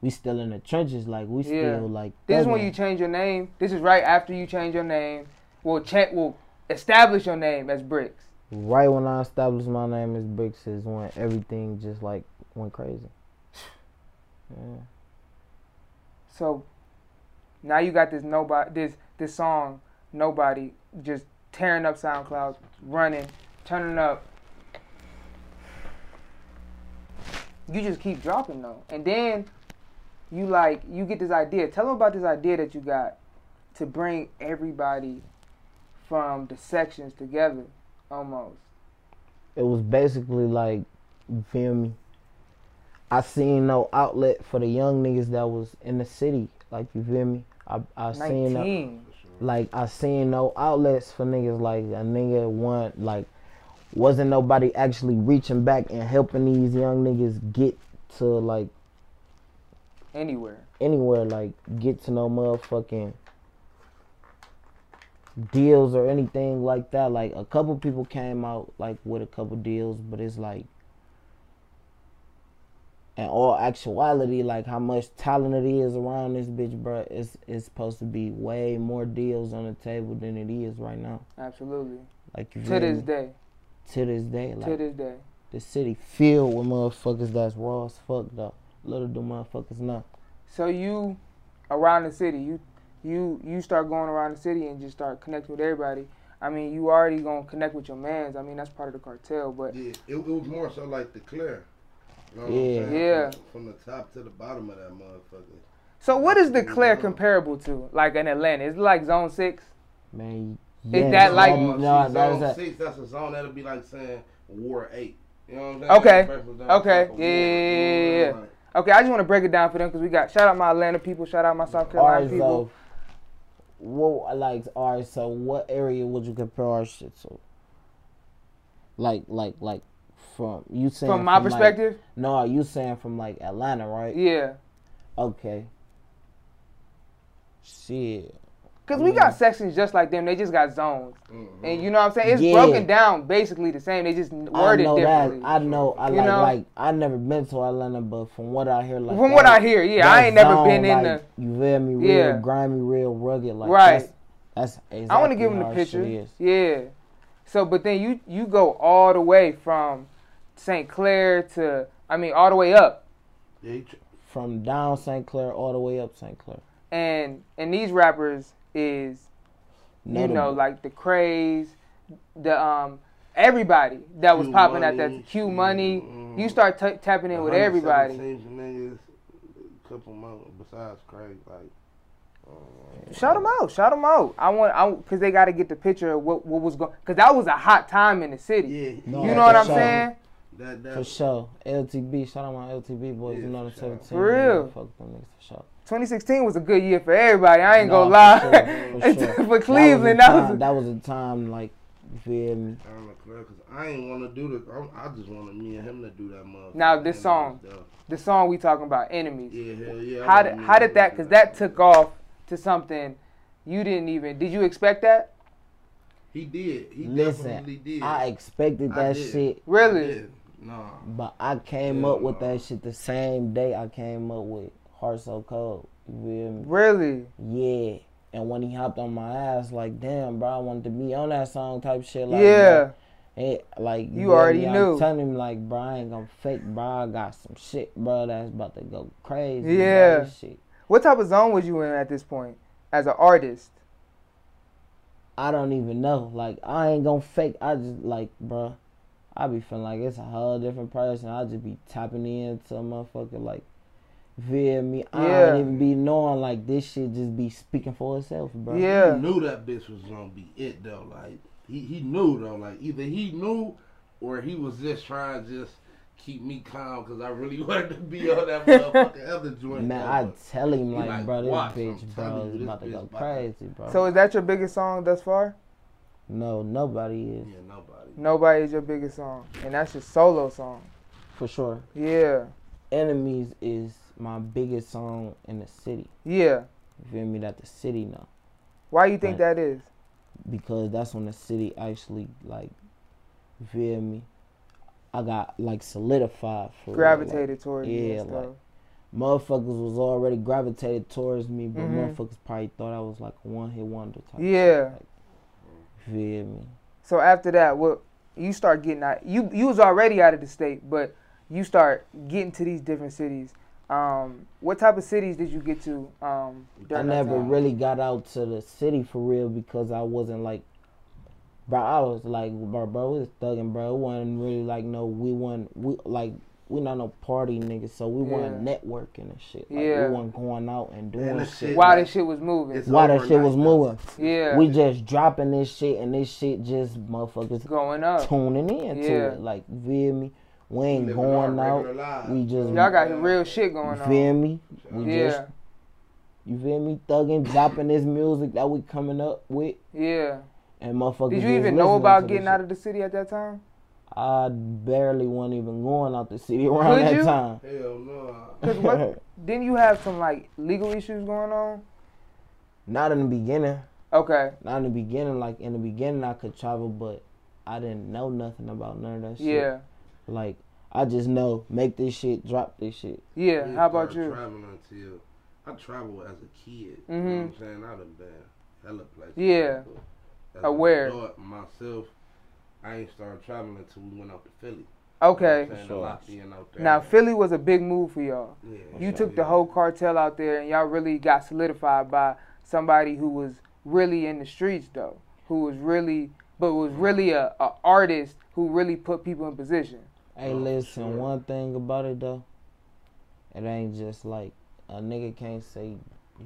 S2: we still in the trenches. Like, we
S1: Yeah.
S2: still like.
S1: this is when
S2: thugging.
S1: you change your name. This is right after you change your name. Well, cha- will establish your name as Bricks.
S2: Right when I established my name as Bricks is when everything just like went crazy. [sighs] Yeah.
S1: So now you got this nobody, this this song, nobody, just tearing up SoundCloud, running, turning up. You just keep dropping though, and then you like you get this idea. Tell them about this idea that you got to bring everybody from the sections together, almost.
S2: it was basically like, you feel me? I seen no outlet for the young niggas that was in the city. Like, you feel me? I, I seen no,
S1: Nineteen.
S2: like I seen no outlets for niggas like a nigga want like wasn't nobody actually reaching back and helping these young niggas get to like
S1: Anywhere.
S2: anywhere like get to no motherfucking deals or anything like that. Like a couple people came out like with a couple deals, but it's like in all actuality, like how much talent it is around this bitch, bruh, it's it's supposed to be way more deals on the table than it is right now.
S1: Absolutely.
S2: Like you
S1: To
S2: feel
S1: this
S2: me?
S1: day.
S2: to this day, like
S1: To this day.
S2: the city filled with motherfuckers that's raw as fuck though. Little do motherfuckers know.
S1: So you around the city, you you you start going around the city and just start connecting with everybody. I mean, you already gonna connect with your mans. I mean, that's part of the cartel, but
S3: Yeah, it, it was more so like the clear. You know
S2: Yeah.
S3: what I'm saying?
S1: Yeah.
S3: From, from the top to the bottom of that motherfucker.
S1: so what is Declare comparable to? Like in Atlanta, it's like Zone Six.
S2: Man,
S1: Is that
S2: no,
S1: like-
S2: no, no,
S3: Zone six,
S2: that's
S3: zone
S2: that-
S3: six, that's a zone that'll be like saying War Eight. You know what I'm saying?
S1: Okay.
S3: That's the first one, that's
S1: Okay.
S3: like a
S1: Yeah, yeah, yeah,
S3: war, like-
S1: Okay, I just want to break it down for them because we got shout out my Atlanta people, shout out my South Carolina
S2: ours
S1: people.
S2: though? What like ours? So what area would you compare our shit to? Like like like from you saying
S1: From my
S2: like-
S1: perspective,
S2: no, you saying from like Atlanta, right?
S1: yeah,
S2: Okay. Shit.
S1: because we
S2: Yeah.
S1: got sections just like them. They just got zones,
S3: Mhm.
S1: and you know what I'm saying. It's
S2: Yeah.
S1: broken down basically the same. They just
S2: I
S1: worded
S2: know that.
S1: differently.
S2: I know. I
S1: You
S2: like
S1: know?
S2: like I never been to Atlanta, but from what I hear, like
S1: From what I
S2: that-
S1: hear, yeah, I
S2: that
S1: ain't never
S2: zone,
S1: been in the.
S2: like, You feel me? Real
S1: Yeah.
S2: grimy, real rugged. Like
S1: Right.
S2: That's, that's exactly
S1: I want to give him
S2: how
S1: the
S2: our shit
S1: picture.
S2: is.
S1: Yeah. So, but then you you go all the way from St. Clair to I mean all the way up,
S3: Yeah, he tr-
S2: from down St. Clair all the way up St. Clair.
S1: and and these rappers is you know like the craze, the um everybody that was
S3: Q
S1: popping at
S3: Money.
S1: that Q money.
S3: Mm.
S1: You start t- tapping in with
S3: 107
S1: everybody.
S3: Teams of niggas, a couple months besides Craig, like. um,
S1: Shout them out, shout them out. I want, I because they got to get the picture of what what was going, because that was a hot time in the city.
S3: Yeah,
S2: No,
S1: you
S2: for
S1: know what I'm
S2: sure.
S1: saying?
S3: That that
S2: for sure. LTB, shout out my LTB boys.
S3: Yeah,
S2: you know the
S3: for sure.
S2: 17.
S1: For real.
S2: Fuck them niggas for sure.
S1: 2016 was a good year for everybody. I ain't
S2: Nah,
S1: gonna
S2: for
S1: lie. [laughs]
S2: sure, for sure.
S1: for Cleveland, that was, a-
S2: that was a time like, you feel me?
S3: I don't know, cause I ain't want to do the. I'm, I just wanted me and him to do that motherfucker.
S1: Now, this
S3: And
S1: song.
S3: that was dope.
S1: the song we talking about, Enemies.
S3: Yeah, hell yeah. I
S1: how
S3: wanted
S1: did
S3: me
S1: how
S3: to
S1: did that?
S3: do
S1: Because that took off to something you didn't even. Did you expect that?
S3: He did. He
S2: Listen,
S3: definitely did.
S2: I expected
S3: I
S2: that
S3: did.
S2: shit,
S1: Really?
S3: Yeah, Nah.
S2: but I came
S3: Yeah,
S2: up with
S3: nah.
S2: that shit the same day I came up with Heart So Cold. You feel me?
S1: Really?
S2: Yeah. And when he hopped on my ass, like, damn, bro, I wanted to be on that song type shit. Like,
S1: yeah.
S2: It, like
S1: You
S2: feel
S1: already
S2: me?
S1: knew.
S2: I'm telling him like, bro, I ain't gonna fake, bro. I got some shit, bro, that's about to go crazy. bro,
S1: Yeah.
S2: this shit.
S1: What type of zone was you in at this point as an artist?
S2: I don't even know. Like, I ain't gonna fake. I just like, bro. I be feeling like it's a whole different person. I just be tapping into a motherfucker like, you feel me. I
S1: Yeah.
S2: don't even be knowing like this shit just be speaking for itself, bro.
S1: Yeah.
S3: He knew that bitch was gonna be it though. Like he, he knew though. Like either he knew or he was just trying to just keep me calm because I really [laughs] wanted to be on that
S2: [laughs]
S3: motherfucking other joint.
S2: Man,
S3: bro.
S2: I tell him
S3: He
S2: like,
S3: like,
S2: bro, this
S3: watch, I'm
S2: bitch, bro,
S3: telling
S2: is
S3: you, this
S2: about to go
S3: bitch about to-
S2: crazy, bro.
S1: So is that your biggest song thus far?
S2: no, nobody is
S3: yeah, nobody.
S1: Nobody is your biggest song, and that's your solo song.
S2: for sure.
S1: Yeah,
S2: Enemies is my biggest song in the city.
S1: yeah.
S2: You feel me? That the city know
S1: Why you think
S2: Right.
S1: that is?
S2: because that's when the city actually like, you feel me? I got like solidified for real, like,
S1: Gravitated towards you
S2: oh, yeah,
S1: and
S2: like,
S1: stuff.
S2: motherfuckers was already gravitated towards me, but
S1: Mhm.
S2: motherfuckers probably thought I was like a one hit wonder type.
S1: Yeah.
S2: Shit. Like, you feel me?
S1: So after that, what you start getting out? You you was already out of the state, but you start getting to these different cities. Um, what type of cities did you get to? Um,
S2: I
S1: during that
S2: never
S1: time?
S2: really got out to the city for real because I wasn't like, bro. I was like, bro, bro, we was thugging, bro. It wasn't really like no, we wasn't we like we not no party niggas, so we wasn't networking and shit. Like,
S1: Yeah.
S2: we wasn't going out and doing
S3: And the
S2: shit.
S3: shit,
S1: While
S3: like,
S1: this shit was moving.
S3: it's
S2: While that shit
S3: overnight
S2: was
S3: now.
S2: moving,
S1: yeah,
S2: we just dropping this shit and this shit just motherfuckers
S1: going up.
S2: tuning in
S1: Yeah.
S2: to it. Like, you feel me? We ain't
S3: Living
S2: going
S3: our
S2: out.
S3: regular lives.
S2: We just
S1: Y'all got real shit going
S2: you
S1: on.
S2: feel me? We
S1: yeah,
S2: just you feel me? Thugging, dropping this music that we coming up with,
S1: yeah.
S2: and motherfuckers.
S1: Did you
S2: just
S1: even know
S2: listening
S1: about
S2: to
S1: getting
S2: this
S1: out of the city at that time?
S2: shit. I barely wasn't even going out the city [laughs] around
S1: Could
S2: that
S1: you?
S2: time.
S3: Hell no.
S1: 'Cause what- Didn't you have some like legal issues going on?
S2: [laughs] Not in the beginning.
S1: Okay,
S2: Not in the beginning. Like in the beginning, I could travel, but I didn't know nothing about none of that shit.
S1: yeah,
S2: Like I just know make this shit, drop this shit.
S1: yeah.
S3: didn't
S1: How about
S3: start
S1: you?
S3: Traveling until I traveled as a kid. You know
S1: Mhm.
S3: what I'm saying? I'd have been hella places.
S1: Yeah.
S3: But As
S1: Aware.
S3: An adult, myself, I ain't started traveling until we went out to Philly.
S1: Okay.
S3: You know
S2: Sure.
S3: what I'm saying? I locked in out there.
S1: Now Philly was a big move for y'all.
S3: Yeah,
S1: you
S3: yeah,
S1: took
S3: yeah.
S1: the whole cartel out there and y'all really got solidified by somebody who was really in the streets though who was really but was really a, a artist who really put people in position
S2: Hey,
S3: Oh,
S2: listen,
S3: sure.
S2: one thing about it though, it ain't just like a nigga can't say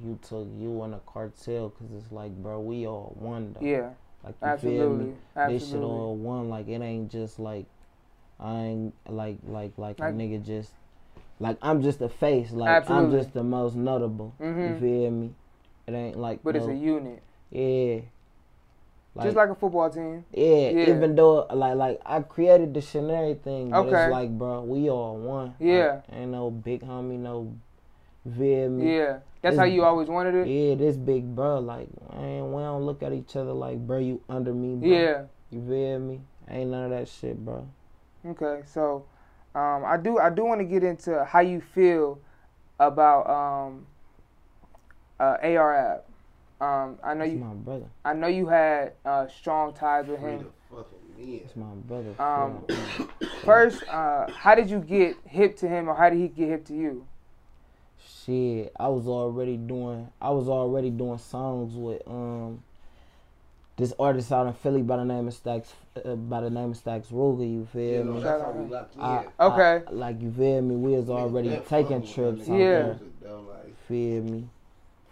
S2: you took you in a cartel because it's like, bro, we all one though.
S1: yeah
S2: like you feel me?
S1: absolutely
S2: This shit
S1: absolutely
S2: all one. Like it ain't just like I ain't like like like
S1: Like-
S2: a nigga just like I'm just a face. Like
S1: Absolutely.
S2: I'm just the most notable. You
S1: Mhm.
S2: feel me? It ain't like
S1: but it's
S2: no-
S1: a unit
S2: yeah.
S1: just like a football team
S2: yeah,
S1: yeah.
S2: even though like like I created the shit and everything, but
S1: Okay.
S2: it's like bro, we all one.
S1: Yeah.
S2: Like, ain't no big homie, no you feel me.
S1: yeah that's
S2: It's-
S1: how you always wanted it
S2: Yeah, this big bro, like man, we don't look at each other like bro, you under me, bro.
S1: yeah
S2: You feel me? Ain't none of that shit, bro.
S1: okay so um, i do i do want to get into how you feel about um, uh, ar app um, i know
S2: It's
S1: you
S2: my brother.
S1: I know you had uh, strong ties with
S3: Free
S1: him.
S3: the fucking men.
S2: It's my brother.
S1: Um,
S2: Yeah.
S1: First, uh, how did you get hip to him, or how did he get hip to you?
S2: Shit, I was already doing. I was already doing songs with um. This artist out in Philly by the name of Stacks, uh, by the name of Stacks Ruger. You feel
S3: You
S2: me?
S3: know, that's how we locked in.
S2: I- I-
S1: Okay.
S2: like you feel me? We was already
S3: That
S2: taking
S3: fucking
S2: trips
S3: nigga
S2: out
S1: Yeah.
S2: there. Mm.
S3: music, though, like,
S2: Feel me?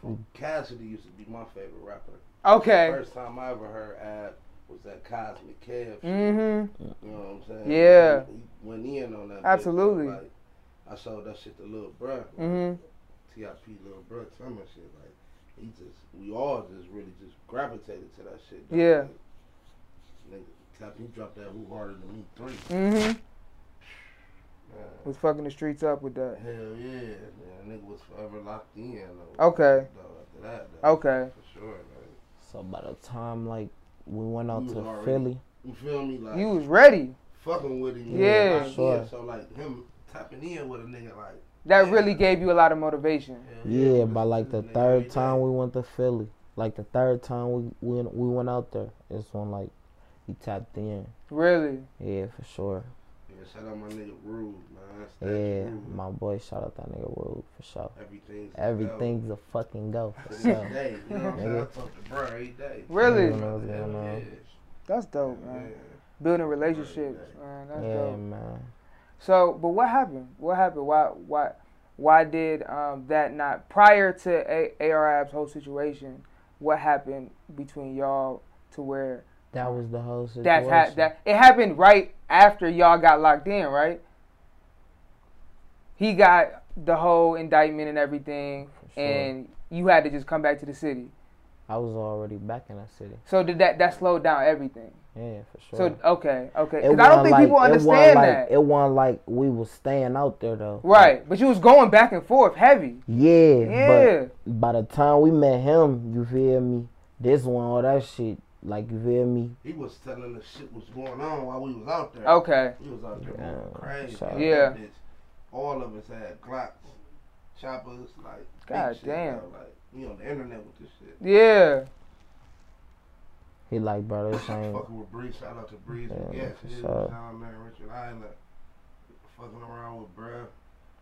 S3: from Cassidy used to be my favorite rapper.
S1: Okay.
S3: First time I ever heard Ab was that Cosmic Kev. shit.
S1: Mm-hmm.
S3: You know what I'm saying?
S1: Yeah.
S3: He went in on that. bitch,
S1: Absolutely.
S3: though, like, I showed that shit to Lil Bruh,
S1: Mm-hmm.
S3: TIP Lil Bruh, some and shit. Like, he just, we all just really just gravitated to that shit. though.
S1: Yeah.
S3: Like, nigga, Tap, you dropped that Who Harder Than Me 3.
S1: Mm-hmm.
S3: Man,
S1: Was fucking the streets up with that.
S3: hell yeah. Man, nigga was forever locked in. Though,
S1: Okay.
S3: Though, after that, though,
S1: Okay.
S3: For sure, like,
S2: So by the time like we went out
S3: We
S2: to
S3: was already-
S2: Philly,
S3: You feel me? Like,
S1: You was ready.
S3: fucking with him.
S1: Yeah.
S3: like,
S2: Sure.
S3: So, like, him tapping in with a nigga, like,
S1: That really gave you a lot of motivation.
S3: hell
S2: yeah,
S3: we
S2: by
S3: listen
S2: like
S3: to
S2: the
S3: this nigga every
S2: third
S3: day.
S2: time we went to Philly, like the third time we we we went out there, it's when like he tapped in.
S1: Really.
S2: Yeah, for sure.
S3: Yeah, shout out my nigga Rude, man. That's
S2: Yeah,
S1: Mm.
S3: Rude.
S2: my boy, shout out that nigga Rude for sure.
S3: Everything's
S2: Everything's a fucking go
S3: dope.
S2: for
S3: To this
S2: sure.
S3: day, you know what I'm
S2: Nigga.
S3: saying? I talk to bro every day.
S1: [laughs] Really?
S2: Yeah, man, man.
S1: That's
S3: Yeah,
S1: dope, man.
S3: yeah.
S1: Building relationships, man. That's
S2: Yeah,
S1: dope.
S2: man.
S1: So, but what happened? What happened? Why? Why? Why did um, that not prior to a- ARAB's whole situation? What happened between y'all to where
S2: That was the whole situation.
S1: That's ha- that. It happened right after y'all got locked in, right? he got the whole indictment and everything,
S2: For sure.
S1: and you had to just come back to the city.
S2: I was already back in that city.
S1: So did that that slowed down everything?
S2: Yeah, for sure.
S1: So okay, okay.
S2: It
S1: Because I don't
S2: wasn't
S1: think
S2: like-
S1: people
S2: it wasn't
S1: understand
S2: like-
S1: that.
S2: It wasn't like we was staying out there though.
S1: right, but you was going back and forth heavy.
S2: Yeah.
S1: Yeah.
S2: But by the time we met him, you feel me? This one, all that shit, like you feel me?
S3: He was telling the shit was going on while we was out there.
S1: Okay.
S3: We was out there
S2: Yeah,
S3: going crazy.
S2: shout
S1: out. Oh. Yeah.
S3: Bitch, All of us had Glocks, choppers, like big
S1: God
S3: shit,
S1: damn.
S3: though, Like we on the internet with this shit.
S1: Yeah.
S2: He like, bro, this
S1: [laughs]
S2: ain't.
S3: Fucking with Breeze, shout out to Breeze.
S2: Yeah,
S3: Yeah,
S2: for
S3: yes,
S2: sure.
S3: John Man, Richard Island. Fucking around with bruh.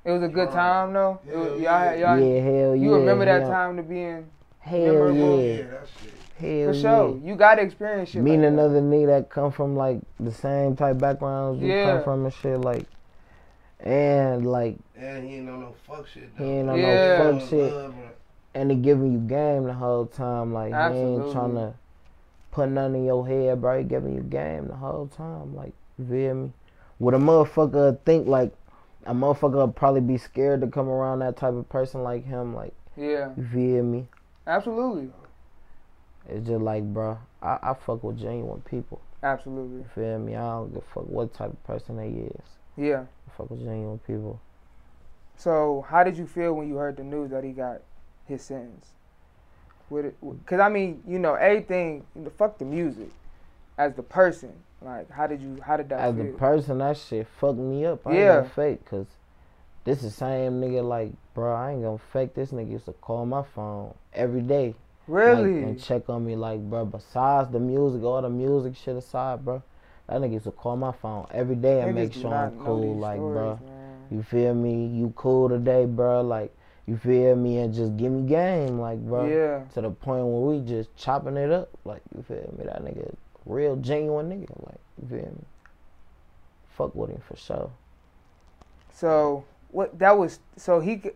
S1: It was a good
S3: Right.
S1: time though. It was-
S3: Hell
S1: y'all,
S3: yeah.
S1: had-
S2: Yeah,
S1: y'all,
S2: hell
S1: you
S2: yeah.
S1: remember that
S2: hell,
S1: time to be in
S2: Hell
S1: Memorable?
S2: yeah.
S3: that shit.
S2: Hell
S1: for sure. You gotta experience
S2: yeah.
S1: shit.
S2: Meeting
S1: like that.
S2: another nigga that come from like the same type backgrounds you
S1: Yeah.
S2: come from and shit, like, and like,
S3: And he ain't on no fuck shit.
S2: He
S3: though.
S2: ain't
S1: on no Yeah.
S2: fuck
S3: Love
S2: shit.
S3: and-
S2: and they giving you game the whole time, like, he
S1: Absolutely.
S2: ain't trying to put nothing in your head, bro. He giving you game the whole time, like, you feel me? Would a motherfucker think like a motherfucker would probably be scared to come around that type of person like him, like,
S1: Yeah,
S2: you feel me?
S1: absolutely,
S2: It's just like, bruh, I, I fuck with genuine people.
S1: absolutely.
S2: You feel me? I don't give a fuck what type of person they is.
S1: Yeah.
S2: I fuck with genuine people.
S1: So how did you feel when you heard the news that he got his sentence? With it, cause I mean, you know, everything. You know, fuck the music, as the person. Like, how did you? How did that
S2: As a
S1: feel?
S2: person, that shit fucked me up. I
S1: Yeah.
S2: ain't gonna fake, cause this the same nigga. Like, bruh, I ain't gonna fake. This nigga used to call my phone every day, like,
S1: really?
S2: and check on me. Like, bruh, besides the music, all the music shit aside, bruh, that nigga used to call my phone every day and
S1: Niggas
S2: make
S1: do
S2: sure
S1: not
S2: I'm
S1: know
S2: cool.
S1: these
S2: Like,
S1: stories,
S2: bruh,
S1: man.
S2: you feel me? You cool today, bruh? Like, you feel me? And just give me game, like, bruh.
S1: Yeah.
S2: to the point where we just chopping it up. Like, you feel me? That nigga, real genuine nigga. Like, you feel me? Fuck with him for sure.
S1: So what? That was so he. g-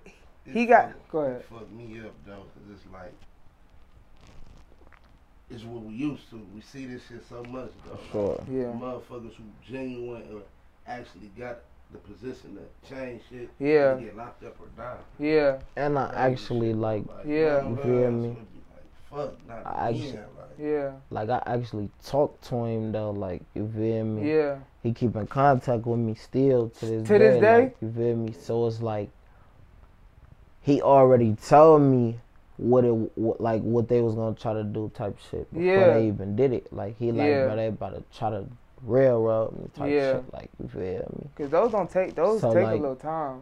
S1: He
S3: It
S1: got-
S3: fucked-
S1: go
S3: it
S1: ahead.
S3: Fucked me up though, cause it's like it's what we used to. We see this shit so much though. like,
S2: Sure.
S1: Yeah.
S3: Motherfuckers who genuine or actually got the position to change shit. they
S1: Yeah.
S3: Get locked up or die.
S1: Yeah.
S2: And I
S3: Crazy
S2: actually
S3: shit,
S2: like,
S1: Yeah.
S3: none
S2: You
S3: of
S2: feel me?
S3: us would be Like, fuck, not
S2: I
S3: again,
S2: actu-
S3: like,
S1: Yeah.
S2: like I actually talked to him though. Like, you feel me?
S1: Yeah.
S2: He keep in contact with me still to this
S1: To
S2: day.
S1: this day?
S2: like, you feel me? So it's like, he already told me what it what, like what they was gonna try to do type shit before
S1: Yeah.
S2: they even did it. Like he like
S1: Yeah.
S2: bro, they about to try to railroad me type
S1: Yeah.
S2: shit. Like you feel me?
S1: Cause those don't take those
S2: So,
S1: take a
S2: like-
S1: little time.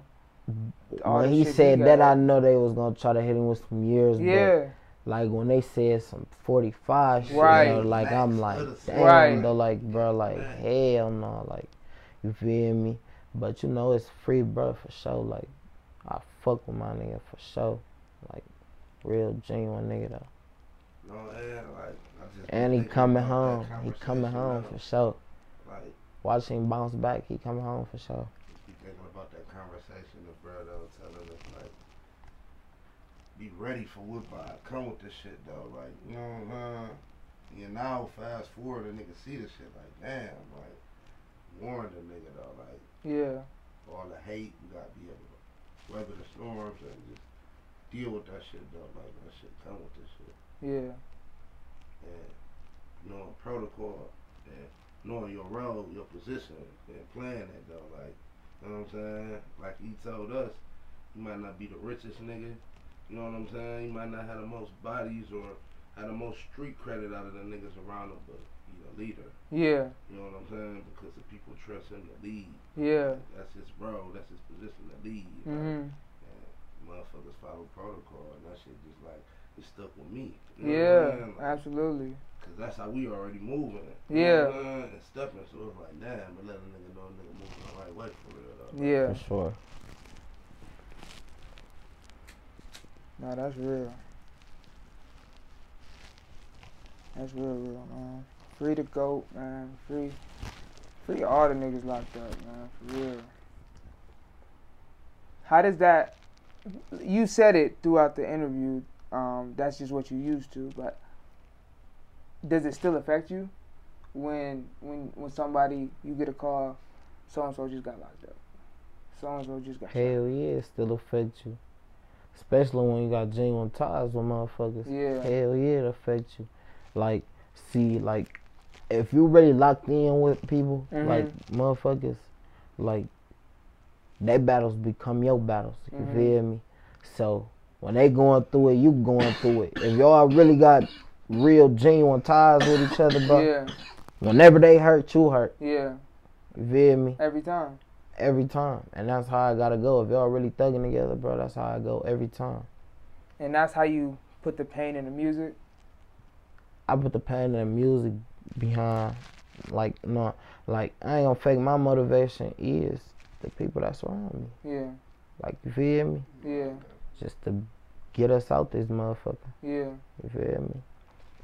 S1: all
S2: when
S1: the
S2: he
S1: shit he
S2: said that,
S1: got.
S2: I know they was gonna try to hit him with some years.
S1: Yeah.
S2: But like when they said some forty five, shit,
S1: Right.
S2: You know, like I'm
S3: Max,
S2: like,
S3: other
S2: damn,
S1: Right.
S2: though, like bro, like
S3: Max.
S2: hell no, like you feel me? But you know it's free, bro, for sure. Like I fuck with my nigga for sure, like real genuine nigga though.
S3: no, and like, I just been
S2: And he
S3: thinking
S2: coming home,
S3: about that
S2: he coming
S3: conversation,
S2: home
S3: man.
S2: for sure.
S3: Like,
S2: Watch him bounce back, he coming home for sure.
S3: be thinking about that conversation the bro though telling us like be ready for what by come with this shit though like you know what I'm saying? you now fast forward a nigga see this shit like damn like warn the nigga though like
S1: Yeah.
S3: all the hate you gotta be able to weather the storms and just deal with that shit though like that shit come with this shit
S1: Yeah.
S3: and knowing protocol and knowing your role, your position, and playing it though. Like, you know what I'm saying? Like he told us, you might not be the richest nigga. You know what I'm saying? You might not have the most bodies or have the most street credit out of the niggas around him, but you a leader.
S1: Yeah.
S3: You know what I'm saying? Because the people trust him to lead.
S1: Yeah.
S3: That's his role. That's his position to lead.
S1: Mhm.
S3: Motherfuckers follow protocol, and that shit just like it stuck with me. You know what I'm
S1: Yeah.
S3: saying? Like,
S1: Absolutely.
S3: Cause that's how we already moving.
S1: Yeah.
S3: You know what I'm saying? and stepping. So it's like, damn, but let a nigga know a nigga moving the right way for real though.
S1: Yeah.
S2: For sure.
S1: Nah, that's real. That's real, real, man. Free the goat, man. Free, free all the niggas locked up, man. For real. How does that? You said it throughout the interview. Um, that's just what you used to, but does it still affect you when when when somebody you get a call, so and so just got locked up, so and so just got shot.
S2: Hell yeah, it still affect you. Especially when you got genuine ties with motherfuckers.
S1: Yeah.
S2: Hell yeah, it affect you. Like, see, like, if you really locked in with people,
S1: Mhm.
S2: like motherfuckers, like, their battles become your battles. You
S1: Mhm.
S2: feel me? So when they going through it, you going through it. If y'all really got real genuine ties with each other, bro,
S1: Yeah,
S2: whenever they hurt, you hurt.
S1: yeah,
S2: You feel me?
S1: every time.
S2: Every time. And that's how I gotta go. If y'all really thugging together, bro, that's how I go every time.
S1: And that's how you put the pain in the music.
S2: I put the pain and the music behind, like, no, like, I ain't gonna fake my motivation is the people that surround me.
S1: Yeah,
S2: Like, you feel me?
S1: yeah,
S2: Just to get us out this motherfucker.
S1: yeah,
S2: You feel me?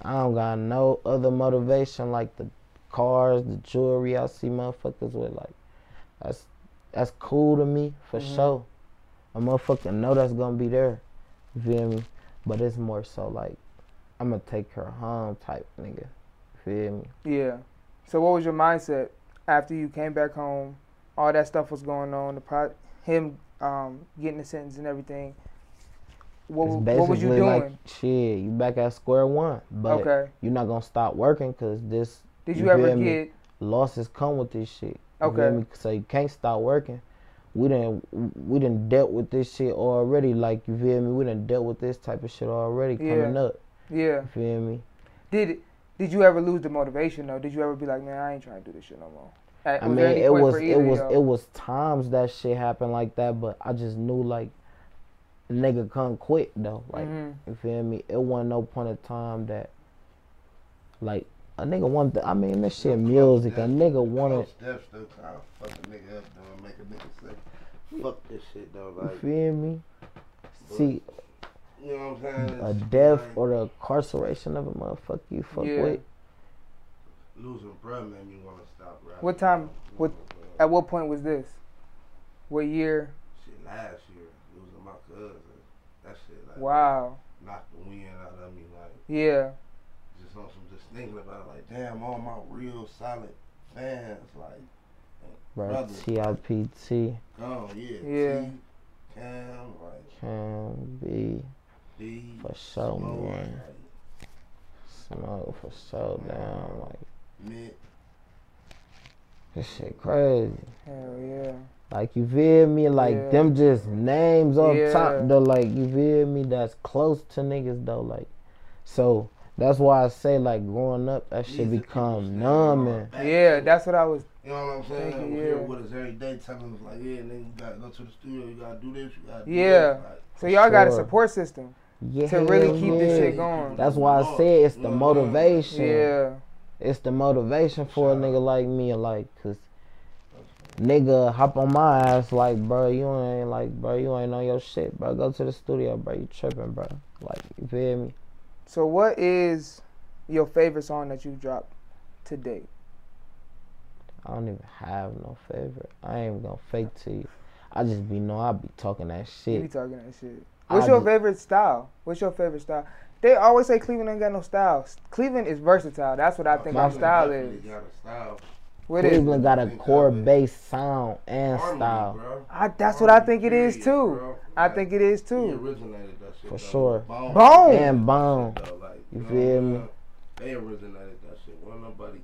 S2: I don't got no other motivation like the cars, the jewelry I see motherfuckers with. Like, that's that's cool to me for
S1: Mhm.
S2: sure. A motherfucker know that's gonna be there. You feel me? But it's more so like I'm gonna take her home type nigga. You feel me?
S1: yeah. So what was your mindset after you came back home? All that stuff was going on. The pro- him um, getting the sentence and everything. What,
S2: It's
S1: wa- what was you
S2: basically
S1: doing?
S2: like shit. You back at square one, but
S1: okay.
S2: you're not gonna stop working because this
S1: Did
S2: you
S1: you, ever
S2: feel me?
S1: get?
S2: losses come with this shit. You
S1: Okay.
S2: feel me? So you can't stop working. We didn't we didn't dealt with this shit already. Like you feel me? We didn't dealt with this type of shit already coming
S1: Yeah.
S2: up.
S1: Yeah.
S2: You feel me?
S1: Did Did you ever lose the motivation though? Did you ever be like, man, I ain't trying to do this shit no more? Uh,
S2: I
S1: was
S2: mean,
S1: there any
S2: it
S1: point
S2: was
S1: for
S2: it
S1: either of
S2: was
S1: y'all?
S2: it was times that shit happened like that, but I just knew like nigga come quit though. Like
S1: Mhm.
S2: you feel me? It wasn't no point of time that like a nigga wanted. I mean, this shit music. A nigga wanted.
S3: Steps though, Kyle. Fuck a nigga up though. Make a nigga say, fuck this shit though.
S2: You
S3: Like,
S2: feel me?
S3: But-
S2: See,
S3: you know what I'm saying?
S2: a
S3: It's
S2: death
S3: like
S2: or the incarceration of a motherfucker you fuck
S1: Yeah.
S2: with.
S3: losing breath made me want to stop rapping.
S1: What time-
S3: though.
S1: what- At what point was this? What year?
S3: Shit, last year losing my cousin. That shit like
S1: Wow.
S3: knocked the wind out of me. Like
S1: Yeah.
S3: just on some, just thinking about it. Like damn, all my real solid fans. Like
S2: Bro,
S3: Brothers.
S2: TIPT
S3: gone. Oh, Yeah.
S1: Yeah.
S3: T, Cam, like
S2: can be
S3: D.
S2: For sure,
S3: Smoke,
S2: man.
S3: like,
S2: smoked for so damn. Like,
S3: Mitt,
S2: this shit crazy.
S1: Hell yeah.
S2: Like, you feel me? Like,
S1: Yeah.
S2: them just names off
S1: Yeah.
S2: top, though. Like, you feel me? That's close to niggas, though. Like, so that's why I say, like, growing up, that
S3: these
S2: shit
S3: are people
S2: become
S3: saying
S2: numb.
S3: going
S2: And,
S3: back
S1: Yeah,
S3: to it.
S1: that's what I was.
S3: You know what I'm saying?
S1: Thank you,
S3: we hear
S1: yeah.
S3: with us every day telling us like, yeah, nigga, you gotta go to the studio, you gotta do this, you gotta do
S1: Yeah.
S3: this. Like,
S1: So y'all got a
S2: Sure.
S1: support system.
S2: yeah,
S1: To really keep
S2: yeah.
S1: this shit
S3: these
S1: going.
S3: people
S2: That's
S3: don't
S2: why I
S3: know.
S2: said it's
S3: You
S2: the
S3: know what I'm saying?
S2: motivation.
S1: Yeah.
S2: it's the motivation for a
S3: Shout
S2: nigga like me, like, cause nigga hop on my ass, like, bro, you ain't like, bro, you ain't on your shit, bro. Go to the studio, bro. You tripping, bro? Like, you feel me?
S1: So what is your favorite song that you dropped to date?
S2: I don't even have no favorite. I ain't even gonna fake to you. I just be know I be talking
S1: You
S2: that
S1: be
S2: shit.
S1: talking that shit.
S2: I
S1: What's your
S2: be-
S1: favorite style? What's your favorite style? They always say Cleveland ain't got no style. Cleveland is versatile. That's what I think our
S3: Oh, Cleveland
S1: style
S3: definitely
S1: is.
S3: Got a style.
S1: What is?
S2: Cleveland got a
S3: Think of
S2: core
S3: it.
S2: bass sound and
S3: Harmony,
S2: style.
S3: bro.
S1: I, that's what I
S3: Harmony,
S1: think it is
S3: period,
S1: too.
S3: bro.
S1: I
S3: Like,
S1: think it is
S3: he
S1: too.
S3: originated that shit
S2: For
S3: though.
S2: sure.
S3: Bone.
S1: Bone.
S2: And Bone.
S3: That shit, though, like,
S2: You
S3: know
S2: feel
S3: what I'm
S2: me?
S3: saying? They originated that shit. Well, nobody.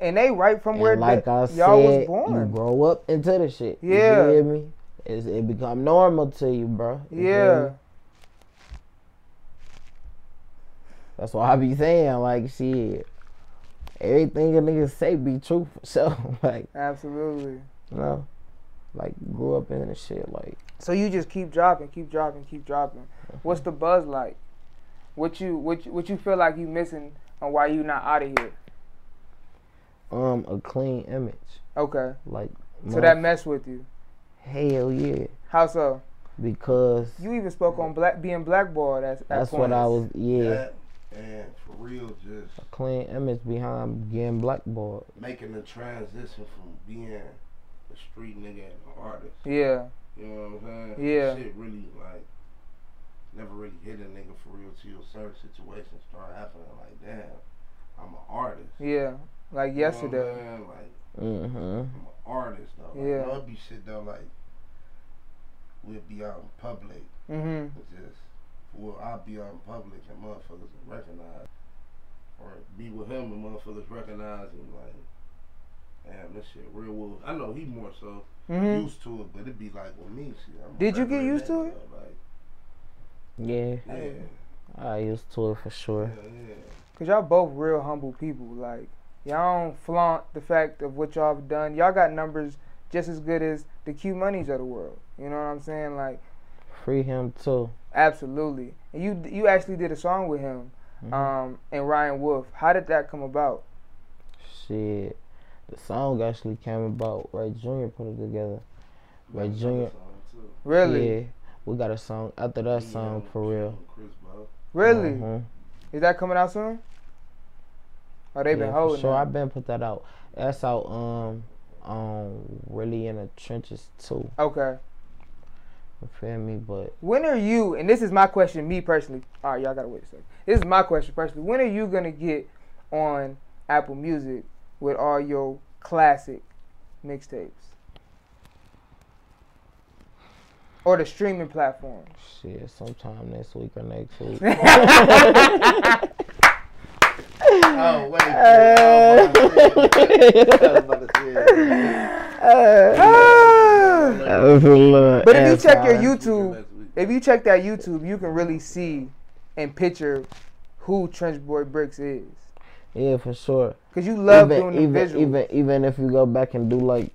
S1: And they right from
S2: And
S1: where
S2: like
S1: the-
S2: I
S1: y'all was
S2: said, you
S1: born.
S2: grow up into the shit.
S1: Yeah.
S2: You feel me? It's, it become normal to you, bro. You feel me?
S1: yeah.
S2: That's why I be saying, like, shit, everything a nigga say be true for [laughs] sure. like,
S1: Absolutely.
S2: you know, like, grew up in the shit, like,
S1: So you just keep dropping, keep dropping, keep dropping. What's the buzz like? What you what you, what you feel like you missing and why you not out of here?
S2: um, a clean image.
S1: Okay.
S2: Like,
S1: So that mess with you.
S2: hell yeah.
S1: How so?
S2: Because
S1: You even spoke on black being blackballed at, at
S2: that's what I was,
S1: points.
S2: yeah,
S3: That and for real, just
S2: a clean image behind getting blackballed.
S3: making the transition from being a street nigga and an artist.
S1: Yeah.
S3: You know what I'm saying?
S1: Yeah.
S3: Shit really like never really hit a nigga for real till certain situations start happening. Like damn, I'm an artist.
S1: Yeah. Like
S3: You know what I'm
S1: yesterday.
S3: saying? Like
S2: Mm hmm.
S3: I'm an artist though. Like,
S1: Yeah.
S3: yeah. Love be shit though. Like we'll be out in public.
S1: Mm-hmm.
S3: It's just, well, I'll be out in public and motherfuckers will recognize. Or be with him and motherfuckers recognize him. Like, damn, this shit real wolf. I know he more so
S1: Mm-hmm.
S3: used to it, but it be like with me, shit. I'm a
S1: Did you get
S3: veteran
S1: used
S3: now,
S1: to it?
S3: Like,
S2: Yeah,
S3: yeah,
S2: I used to it for
S3: yeah,
S2: sure.
S3: yeah.
S1: Cause y'all both real humble people. Like y'all don't flaunt the fact of what y'all have done. Y'all got numbers just as good as the Q monies of the world. You know what I'm saying? Like
S2: Free him too.
S1: absolutely. And you you actually did a song with him,
S2: Mhm.
S1: um, and Ryan Wolf. How did that come about?
S2: Shit. The song actually came about. Ray Jr. put it together. Ray
S3: That's
S2: Jr.
S3: another song, too.
S1: Really,
S2: Yeah. We got a song after that song
S3: Yeah,
S2: for real.
S3: Chris Bow.
S1: really.
S2: Mhm.
S1: Is that coming out soon? Oh, they've
S2: Yeah,
S1: been
S2: for
S1: holding.
S2: Sure,
S1: it.
S2: I've been put that out. That's out. Um, um, really in the trenches too.
S1: Okay.
S2: You feel me? But
S1: When are you? And this is my question, me personally. All right, y'all gotta wait a second. This is my question personally. When are you gonna get on Apple Music with all your classic mixtapes or the streaming platforms?
S2: shit, sometime next week or
S1: [laughs]
S2: next week. [laughs]
S3: Oh wait, I was about to say it. I was about to say it.
S1: But
S3: Ah!
S2: but
S1: if you check [laughs] your
S3: Next week or
S1: YouTube,
S3: next week.
S1: if you check that YouTube, you can really see and picture who Trench Boy Bricks is.
S2: yeah, for sure.
S1: Cause you love
S2: even,
S1: doing the
S2: even,
S1: visual.
S2: even even if you go back and do like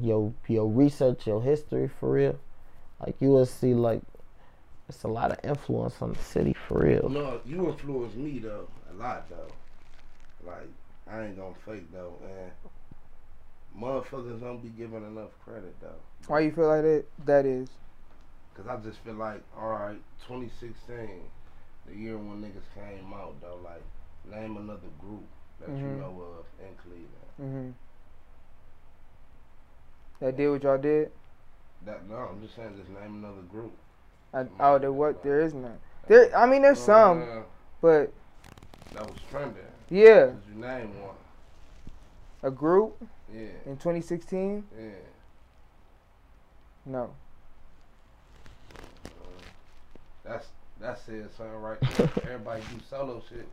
S2: your your research, your history for real, like you will see like it's a lot of influence on the city for real.
S3: No, you influenced me though a lot though. Like I ain't gonna fake though, man. Motherfuckers don't be giving enough credit though,
S1: Why you feel like that? That is.
S3: cause I just feel like all right, 2016, the year when niggas came out though. Like name another group that you
S1: Mhm.
S3: know of in Cleveland.
S1: hmm That did what y'all did.
S3: That no, I'm just saying, just name another group.
S1: I, oh, there what? There is none. There. I mean, there's some,
S3: Uh,
S1: but
S3: that was trending.
S1: yeah,
S3: Cause you name one.
S1: a group
S3: Yeah,
S1: in 2016.
S3: yeah.
S1: No.
S3: That's that said something right there. Everybody do solo shit,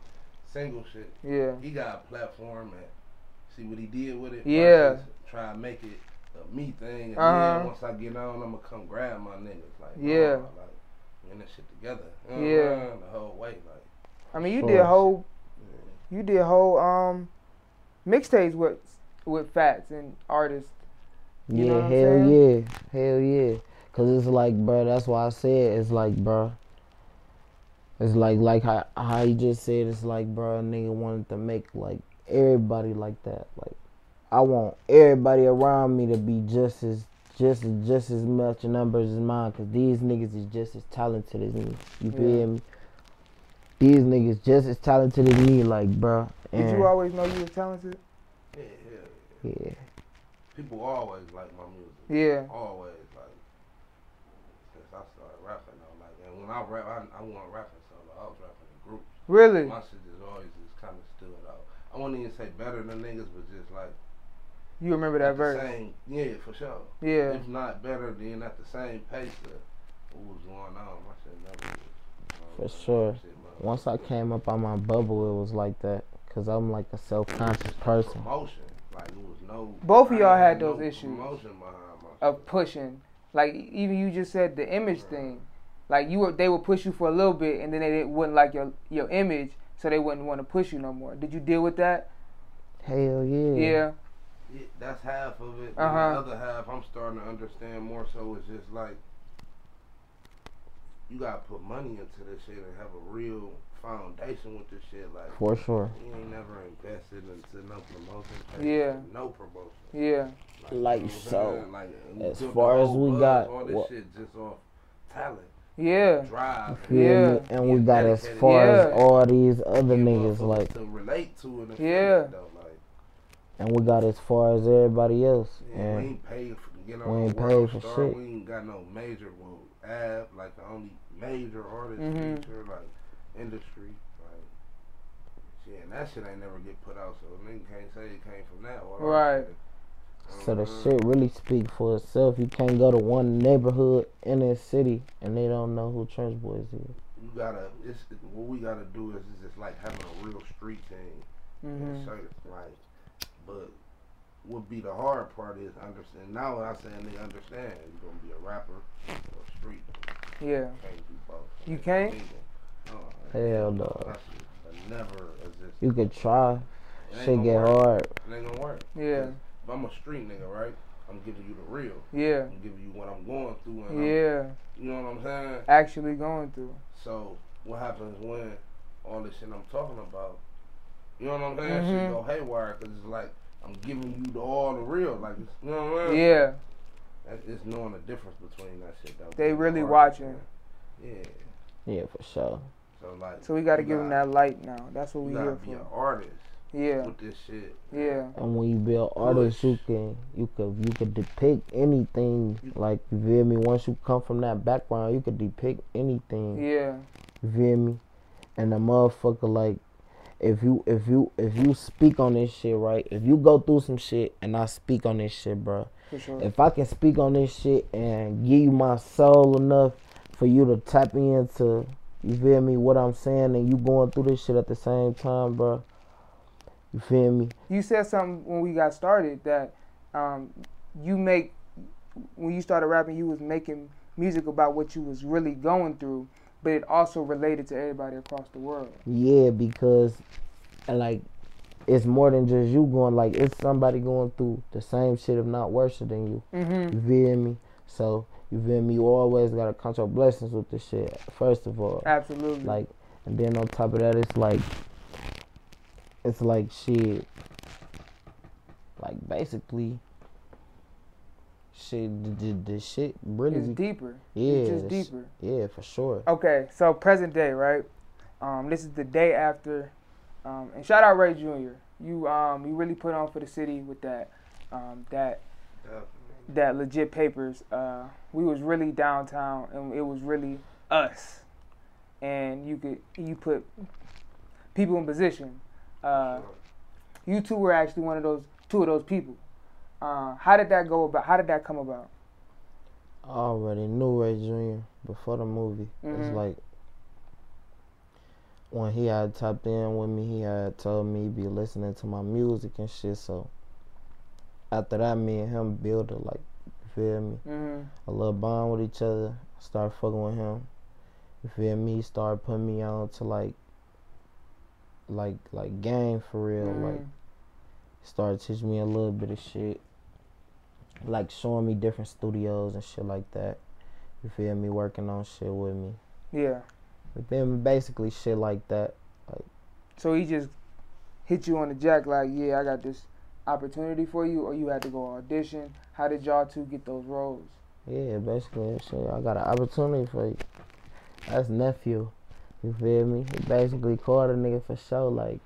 S3: single shit.
S1: Yeah.
S3: He got a platform and see what he did with it.
S1: Yeah.
S3: versus Try and make it a me thing. And
S1: Uh-huh.
S3: then once I get on, I'ma come grab my niggas. Like nah,
S1: Yeah.
S3: like we in this shit together. You know what
S1: Yeah.
S3: I'm saying? the whole way. Like
S1: I mean, you
S2: Sure.
S1: did whole.
S3: yeah.
S1: You did whole um mixtapes with with facts and artists. You
S2: yeah,
S1: know what I'm
S2: hell yeah, hell yeah. Cause it's like, bruh, that's why I said it's like, bruh. It's like, like how how you just said, it's like, bruh, a nigga wanted to make like everybody like that. Like, I want everybody around me to be just as, just as, just as much numbers as mine. Cause these niggas is just as talented as me. You feel
S1: Yeah.
S2: me? These niggas just as talented as me. Like, bruh.
S1: Did
S2: and-
S1: you always know you were talented?
S3: Yeah, yeah.
S2: yeah.
S3: People always like my music.
S1: Yeah.
S3: Always like since I started rapping though. Like and when I rap I, I wasn't rapping solo, I was rapping in groups.
S1: Really?
S3: My shit is always just kind of stood out. I wouldn't even say better than niggas, but just like
S1: You remember
S3: at
S1: that
S3: the
S1: verse?
S3: same, yeah, for sure.
S1: Yeah.
S3: If not better, then at the same pace of what was going on. My shit never. was, uh,
S2: For sure.
S3: shit, man.
S2: Once I came up on my bubble, it was like that. Cause I'm like a
S3: It
S2: self-conscious
S3: was
S2: person.
S3: Promotion, like it was no.
S1: Both of
S3: I
S1: y'all
S3: ain't
S1: had
S3: no
S1: those issues
S3: Promotion behind my
S1: of
S3: shit.
S1: pushing. Like even you just said the image thing. Like you were, they would push you for a little bit, and then they didn't, wouldn't like your your image, so they wouldn't want to push you no more. Did you deal with that?
S2: Hell yeah.
S1: Yeah.
S3: Yeah, that's half of it.
S1: Uh-huh.
S3: And the other half, I'm starting to understand more. So it's just like you gotta put money into this shit and have a real foundation with this shit. Like
S2: For sure.
S3: You ain't never invested into no promotion.
S1: Yeah.
S3: No promotion.
S1: Yeah.
S3: you
S2: Like
S3: know what I'm
S2: so,
S3: saying? Like, you
S2: as
S3: built
S2: far
S3: the
S2: as
S3: whole
S2: we
S3: buzz,
S2: got,
S3: all this
S2: what-
S3: shit just off talent,
S1: Yeah.
S3: drive,
S2: Feel me?
S1: Yeah.
S2: And we got as
S3: Dedicated.
S2: far as
S1: Yeah.
S2: all these other
S3: and
S2: niggas,
S3: motherfuckers
S2: like,
S3: to relate to and feel
S1: Yeah.
S3: it though, like,
S2: and we got as far as everybody else.
S3: yeah, we
S2: And
S3: ain't paid for you know,
S2: we ain't
S3: no
S2: paid
S3: world
S2: for
S3: star,
S2: shit.
S3: We ain't got no major well, ab like the only major artist
S1: Mhm.
S3: feature like industry like. Shit, and that shit ain't never get put out, so nigga can't say it came from that. or-
S1: Right.
S2: So the
S3: Uh-huh.
S2: shit really speak for itself. You can't go to one neighborhood in this city and they don't know who Trench Boys is.
S3: You gotta. It's what we gotta do is is just like having a real street team.
S1: Mhm.
S3: And certain, like, but would be the hard part is understand. Now I saying they understand you're gonna be a rapper or a street.
S1: Yeah.
S3: You can't do both.
S1: You can't?
S3: No,
S2: Hell no.
S3: that's- that Never existed.
S2: You could try.
S3: It ain't
S2: Shit
S3: gonna
S2: get
S3: work.
S2: hard.
S3: It ain't gonna work.
S1: Yeah.
S3: If I'm a street nigga, right? I'm giving you the real.
S1: Yeah.
S3: I'm giving you what I'm going through. And I'm,
S1: Yeah.
S3: you know what I'm saying?
S1: Actually going through.
S3: So what happens when all this shit I'm talking about? You know what I'm saying?
S1: Mhm.
S3: Shit go haywire because it's like I'm giving you the all the real. Like it's, you know what I'm saying?
S1: Yeah.
S3: That- It's knowing the difference between that shit. That
S1: They
S3: was
S1: really
S3: hard.
S1: watching.
S3: Yeah.
S2: Yeah, for sure.
S3: So like.
S1: So we gotta
S3: you
S1: give them
S3: gotta-
S1: that light now. That's what we
S3: You gotta
S1: here
S3: be an
S1: for.
S3: artist
S1: Yeah.
S3: with this shit.
S1: Yeah.
S2: And when you build artists, you can you could you could depict anything. Like you feel me? Once you come from that background, you could depict anything.
S1: Yeah.
S2: You feel me? And the motherfucker like, if you if you if you speak on this shit right, if you go through some shit and I speak on this shit, bro.
S1: For sure.
S2: If I can speak on this shit and give you my soul enough for you to tap into, you feel me? What I'm saying and you going through this shit at the same time, bro. You feel me?
S1: You said something when we got started that um, you make when you started rapping, you was making music about what you was really going through, but it also related to everybody across the world.
S2: Yeah, because and like it's more than just you going like it's somebody going through the same shit if not worse than you.
S1: Mm-hmm.
S2: You feel me? So you feel me? You always gotta count your blessings with this shit, first of all.
S1: Absolutely.
S2: Like and then on top of that it's like it's like shit like basically shit the, the, the shit really
S1: it's
S2: be-
S1: deeper.
S2: yeah
S1: it's just
S2: the sh-
S1: deeper.
S2: yeah for sure
S1: Okay, so present day, right? Um, this is the day after, um, and shout out Ray Jr. You um, you really put on for the city with that um, that
S3: Definitely.
S1: that legit papers. Uh, we was really downtown, and it was really us. And you could you put people in position. Uh,
S3: Sure.
S1: you two were actually one of those two of those people. Uh, how did that go about? How did that come about?
S2: I already knew Ray Jr. before the movie
S1: Mhm.
S2: it's like when he had tapped in with me he had told me he be listening to my music and shit so after that me and him built a like you feel me
S1: Mm-hmm.
S2: a little bond with each other. Start fucking with him. You feel me? He Started putting me on to like, like, like game for real.
S1: Mm-hmm.
S2: Like, started teaching me a little bit of shit. Like showing me different studios and shit like that. You feel me? Working on shit with me.
S1: yeah.
S2: But then basically shit like that.
S1: So he just hit you on the jack like, yeah, I got this opportunity for you, or you had to go audition. How did y'all two get those roles?
S2: Yeah, basically shit. I got an opportunity for you. That's nephew. You feel me? He basically called a nigga for show. Like,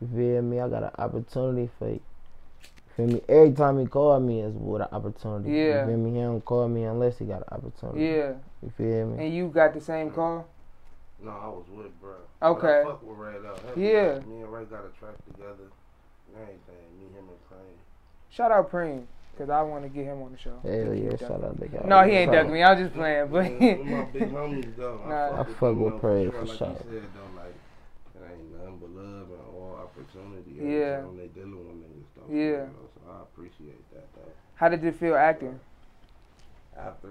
S2: you feel me? I got an opportunity for you. Feel me? Every time he called me, it's with an opportunity.
S1: Yeah.
S2: You feel me? He don't call me unless he got an opportunity.
S1: Yeah,
S2: You feel me?
S1: and you got the same call.
S3: No, I was with bro.
S1: Okay.
S3: But I fuck with Ray though. Hell
S1: Yeah.
S3: Me and Ray got a track together. Everything. Me, him, and Kanye.
S1: Shout out Preem, cause I want to get him on the show.
S2: Hell
S1: He
S2: yeah,
S1: ducked
S2: shout out to God.
S1: No, he ain't
S2: Shout out.
S1: ducking me. I was just playing, but
S3: Where my
S1: [laughs]
S3: big homies go.
S1: Nah.
S2: I fuck
S3: them,
S2: with
S3: though,
S2: Prey,
S3: sure.
S2: for
S3: like
S2: sure.
S3: You said though, like it ain't nothing but love and all opportunity. Every
S1: Yeah.
S3: time They dealing with niggas though.
S1: Yeah.
S3: You know, so I appreciate that though.
S1: how did it feel acting?
S3: After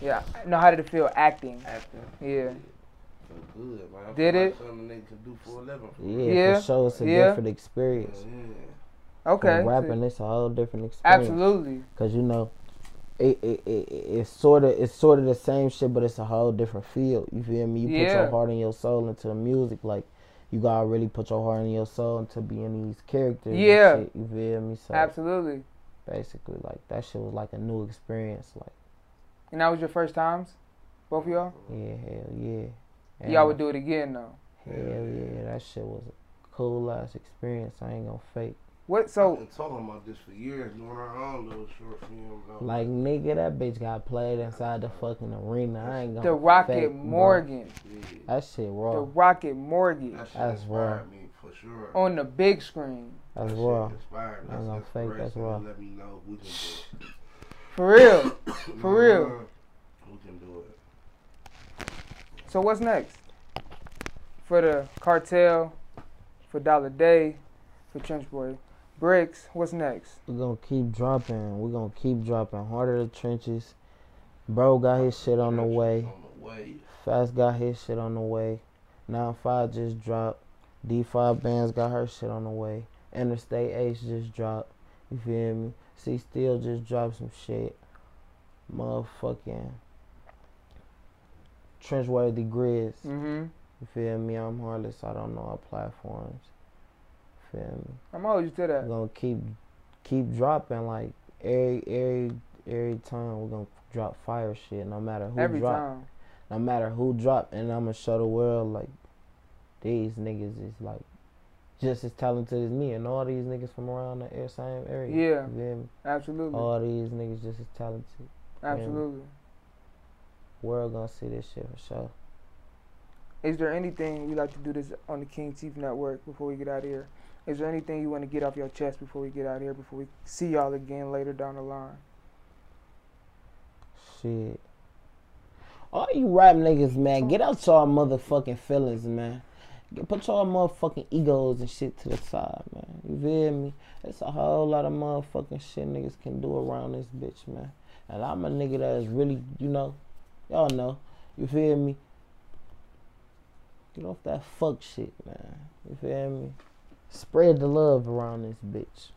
S1: Yeah, no, how did it feel acting?
S3: after.
S1: Yeah.
S3: So good, man. I
S1: Did
S3: feel
S1: it?
S3: Like something they could do for a living. for real.
S2: Yeah,
S1: Yeah,
S2: for sure. It's a
S1: yeah.
S2: different
S3: Yeah.
S2: experience.
S1: Okay.
S2: From
S1: so-
S2: rapping, it's a whole different experience.
S1: absolutely.
S2: Cause you know, it it, it it- it's sort of it's sort of the same shit, but it's a whole different field. You feel me? You put
S1: Yeah.
S2: your heart and your soul into the music, like you gotta really put your heart and your soul into being these characters. and
S1: Yeah.
S2: shit, you feel me? So
S1: Absolutely.
S2: basically, like that shit was like a new experience. Like
S1: And that was your first times, both of y'all.
S2: yeah, hell yeah.
S1: Y'all would do it again though.
S2: Hell yeah, that shit was a cool ass experience. I ain't gonna fake.
S1: What?
S3: So,
S1: So
S3: I've been talking about this for years, doing our own little short film. Though.
S2: Like nigga, that bitch got played inside the fucking arena. I ain't gonna
S1: the Rocket
S2: fake, bro.
S1: Morgan,
S3: yeah.
S2: That shit raw.
S1: the Rocket Morgan.
S3: That shit
S2: That's
S3: inspired
S2: raw.
S3: me for sure.
S1: on the big screen.
S3: That
S2: as
S3: shit
S2: well.
S3: inspired
S2: That's
S3: us.
S2: not fake,
S3: inspiration.
S2: that's well.
S3: Let me know if we
S1: [laughs]
S3: can do
S1: For real.
S3: it.
S1: For real.
S3: We can do it.
S1: So what's next? For the cartel, for Dollar Day, for Trench Boy Bricks, what's next?
S2: We're gonna keep dropping. We're gonna keep dropping. Harder the trenches. Bro got his shit on the way.
S3: On the way.
S2: Fast got his shit on the way. 9 5 just dropped. D5 Bands got her shit on the way. Interstate Ace just dropped. You feel me? C Steel just dropped some shit. Motherfucking. Trenchworthy Grizz.
S1: Mm-hmm.
S2: You feel me? I'm heartless. I don't know our platforms. You feel me?
S1: I'm always to
S2: We're
S1: that.
S2: gonna keep keep dropping like every every every time we're gonna drop fire shit no matter who
S1: Every
S2: drop
S1: time.
S2: no matter who drop and I'ma show the world like these niggas is like just as talented as me and all these niggas from around the air- same area.
S1: Yeah.
S2: You feel me?
S1: Absolutely.
S2: All these niggas just as talented.
S1: Absolutely.
S2: World gonna see this shit for sure.
S1: Is there anything we like to do this on the King Chief Network before we get out of here? Is there anything you want to get off your chest before we get out of here? Before we see y'all again later down the line?
S2: Shit. All you rap niggas, man, get out y'all motherfucking feelings, man. Get, put y'all motherfucking egos and shit to the side, man. You feel me? It's a whole lot of motherfucking shit niggas can do around this bitch, man. And I'm a nigga that is really, you know, y'all know. You feel me? Get off that fuck shit, man. You feel me? Spread the love around this bitch.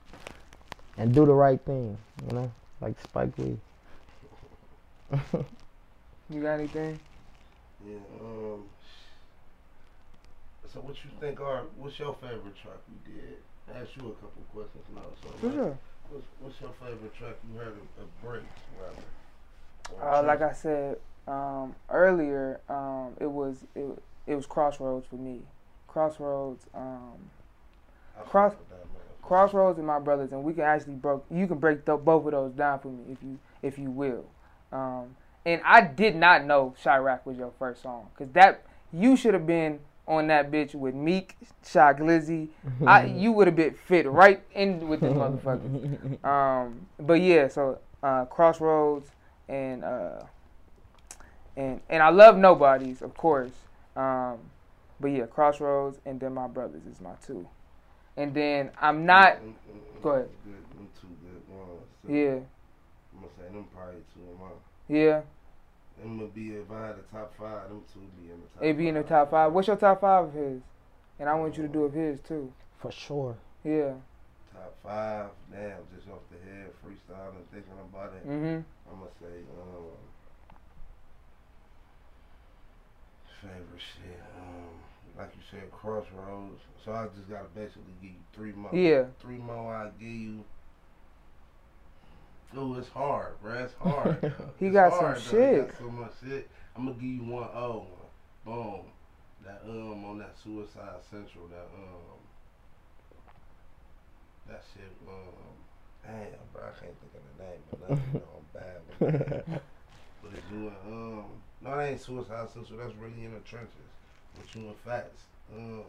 S2: And do the right thing, you know? Like Spike Lee.
S1: You got anything?
S3: Yeah. Um. So what you think are what's your favorite track you did? I asked you a couple questions now. So
S1: For
S3: like,
S1: sure.
S3: what's, what's your favorite track you heard of, of Breaks rather? Or
S1: Uh, like
S3: Trench-
S1: I said um, earlier, um, it was it, it was Crossroads for me. Crossroads. Um,
S3: I fuck
S1: Cross-
S3: with that, man.
S1: Crossroads and my brothers, and we can actually broke. You can break th- both of those down for me if you if you will. Um, and I did not know Chirac was your first song because that you should have been on that bitch with Meek, Shy Glizzy. I you would have been fit right in with this
S2: [laughs]
S1: motherfucker. Um, but yeah, so uh, Crossroads and uh, and and I love Nobodies, of course. Um, but yeah, Crossroads and then my brothers is my two. And then I'm not
S3: Mm, mm, mm, mm,
S1: go ahead.
S3: Good, them two good ones. So
S1: yeah,
S3: I'm gonna say them probably two of mine.
S1: yeah.
S3: Them would be if I had a top five. Them two would be in the top.
S1: It be in the top five. What's your top five of his? And I want you to do of his too. [laughs]
S2: For sure.
S1: Yeah.
S3: Top five. Damn, just off the head, freestyle and thinking about it.
S1: Mhm.
S3: I'm gonna say, um, favorite shit. Um, like you said, Crossroads. So I just gotta basically give you three more.
S1: Yeah.
S3: Three more. I give you. Ooh, it's hard, bro. It's hard. dog.
S1: [laughs] He
S3: It's
S1: got some
S3: hard, dog.
S1: shit.
S3: He got so much shit. I'm gonna give you one old one. Boom. That um on that Suicide Central. That um. That shit. Um. Damn, bro. I can't think of the name.
S1: [laughs]
S3: But I know I'm bad. with names. But it's you and um no that ain't suicide central, that's really in the trenches. But you and facts. Um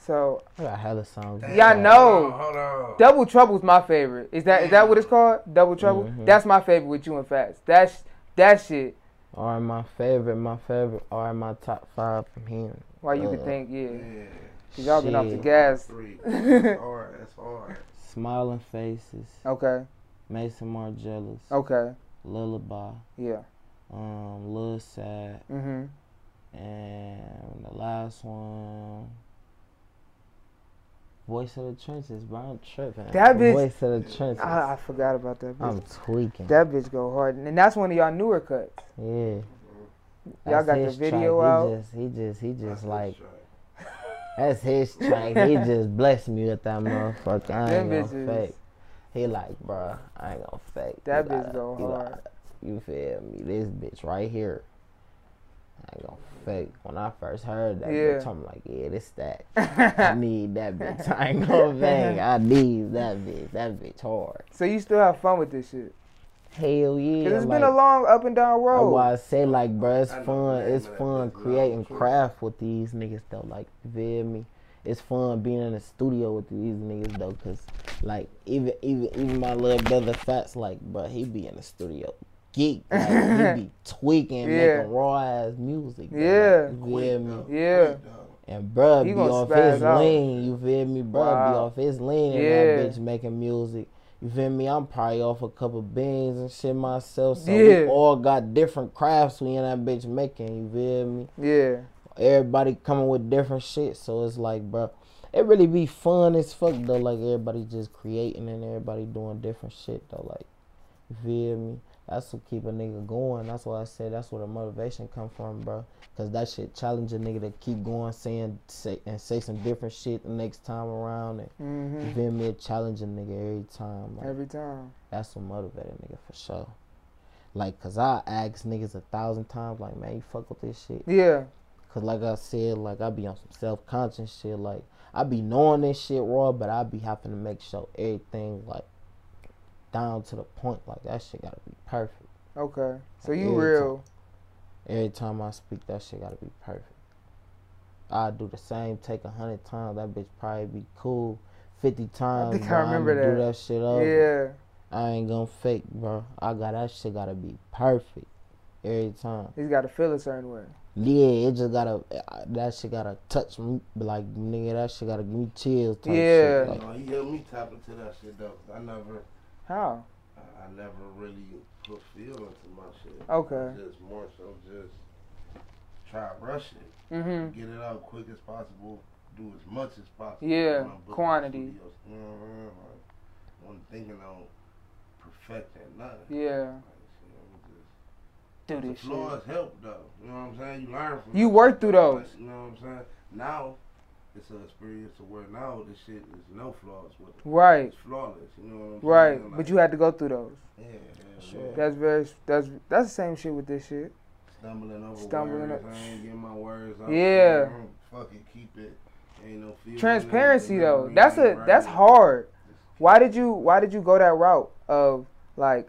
S1: So
S2: I got hella songs.
S1: Y'all Yeah, I
S3: damn,
S1: know.
S3: Hold on, hold on.
S1: Double Trouble's my favorite. Is that is that what it's called? Double Trouble.
S2: Mhm.
S1: That's my favorite with you and Fats. That's that shit.
S2: Are my favorite, my favorite, are my top five from him.
S1: Why you could
S2: Uh,
S1: think yeah.
S3: Yeah.
S1: Cause y'all been off the
S2: Shit.
S1: gas.
S3: Three. That's hard, that's hard.
S2: Smiling Faces,
S1: Okay.
S2: Mason Margellas,
S1: Okay.
S2: Lullaby,
S1: Yeah.
S2: um, Lil Sad,
S1: Mhm.
S2: and the last one, Voice of the Trenches, bro. I'm tripping.
S1: That bitch-
S2: Voice of the Trenches.
S1: I, I forgot about that bitch.
S2: I'm tweaking.
S1: That bitch go hard, and that's one of y'all newer cuts.
S2: yeah.
S1: Y'all
S2: That's
S1: got the
S2: his track.
S1: video
S2: he
S1: out?
S2: Just, he just, he
S3: That's
S2: just
S3: the
S2: like,
S3: track.
S2: that's his track. he just blessed me with that motherfucker. I
S1: Them
S2: ain't gonna
S1: bitches.
S2: fake. He like, bruh, I ain't gonna fake. You
S1: That bitch
S2: gotta-
S1: go
S2: you
S1: hard.
S2: gotta- You feel me? This bitch right here. I ain't gonna fake. When I first heard that
S1: Yeah.
S2: bitch, I'm like, yeah, this
S1: [laughs]
S2: that. I need that bitch. I ain't gonna fake. I need that bitch. That bitch hard.
S1: So you still have fun with this shit?
S2: Hell yeah.
S1: Cause it's
S2: like,
S1: been a long up and down
S2: that's
S1: road.
S2: why I say like, bruh, it's
S3: I know
S2: fun.
S3: the
S2: It's
S3: name of that
S2: fun
S3: bitch, but I
S2: creating
S3: don't care.
S2: craft with these niggas though. Like, you feel me? It's fun being in the studio with these niggas though, cause like even even even my little brother Fats, like, bruh, he be in the studio geek. Like, he be tweaking,
S1: Yeah.
S2: making raw ass music. though,
S1: Yeah.
S2: like, you feel me?
S1: Yeah.
S2: And bruh
S1: He
S2: be
S1: gonna
S2: off
S1: spaz
S2: his
S1: out.
S2: lane, you feel me? Bruh be
S1: Wow.
S2: off his lane and
S1: Yeah.
S2: that bitch making music. You feel me? I'm probably off a couple beans and shit myself. So we
S1: Yeah.
S2: all got different crafts we in that bitch making, you feel me?
S1: Yeah.
S2: Everybody coming with different shit. So it's like, bruh, it really be fun as fuck though. Like everybody just creating and everybody doing different shit though. Like, you feel me? That's what keep a nigga going. That's why I said that's where the motivation come from, bro. Cause that shit challenge a nigga to keep going, saying say, and say some different shit the next time around. And
S1: hmm
S2: you feel me? It challenge a nigga every time. Like,
S1: Every time.
S2: that's what motivate a nigga for sure. Like, cause I ask niggas a thousand times, like, man, you fuck with this shit.
S1: Yeah.
S2: Cause like I said, like I be on some self conscious shit. Like I be knowing this shit raw, but I be having to make sure everything like down to the point. Like that shit gotta be perfect.
S1: Okay. So
S2: Like,
S1: you
S2: every
S1: real.
S2: Every time I speak, that shit gotta be perfect. I do the same take a hundred times. That bitch probably be cool fifty times.
S1: think I
S2: but
S1: remember
S2: I'ma Do
S1: that.
S2: that shit over.
S1: Yeah.
S2: I ain't gonna fake, bro. I got that shit gotta be perfect every time.
S1: He's got to feel a certain way.
S2: Yeah, it just gotta uh, that shit gotta touch me like nigga. That shit gotta give me chills. Type
S1: Yeah.
S2: shit. Like,
S3: No, he helped me tap into that shit though. 'cause I never,
S1: How?
S3: I I never really put feel into my shit.
S1: Okay.
S3: Just more so, just try to rush it,
S1: Mm-hmm.
S3: get it out quick as possible, do as much as possible.
S1: Yeah,
S3: when I'm booking
S1: quantity.
S3: studios, You know what I mean? Like, I'm thinking on perfecting nothing.
S1: Yeah.
S3: Like, shit, I'm just-
S1: Do
S3: The
S1: this shit.
S3: flaws help though. You know what I'm saying? You learn from
S1: You
S3: it.
S1: work through those.
S3: You know what I'm saying? Now it's an experience to where now this shit is no flaws with it.
S1: Right.
S3: It's flawless. You know what I'm
S1: Right.
S3: saying?
S1: But you had to go through those.
S3: yeah, yeah,
S2: Sure.
S3: yeah.
S1: That's very. That's that's the same shit with this shit.
S3: stumbling over
S1: Stumbling
S3: words.
S1: o-
S3: I ain't getting my words out.
S1: Yeah.
S3: Mm, Fuck it, keep it. Ain't no feeling.
S1: Transparency
S3: ain't no
S1: though.
S3: reason,
S1: That's a
S3: right?
S1: that's hard. Why did you Why did you go that route of like,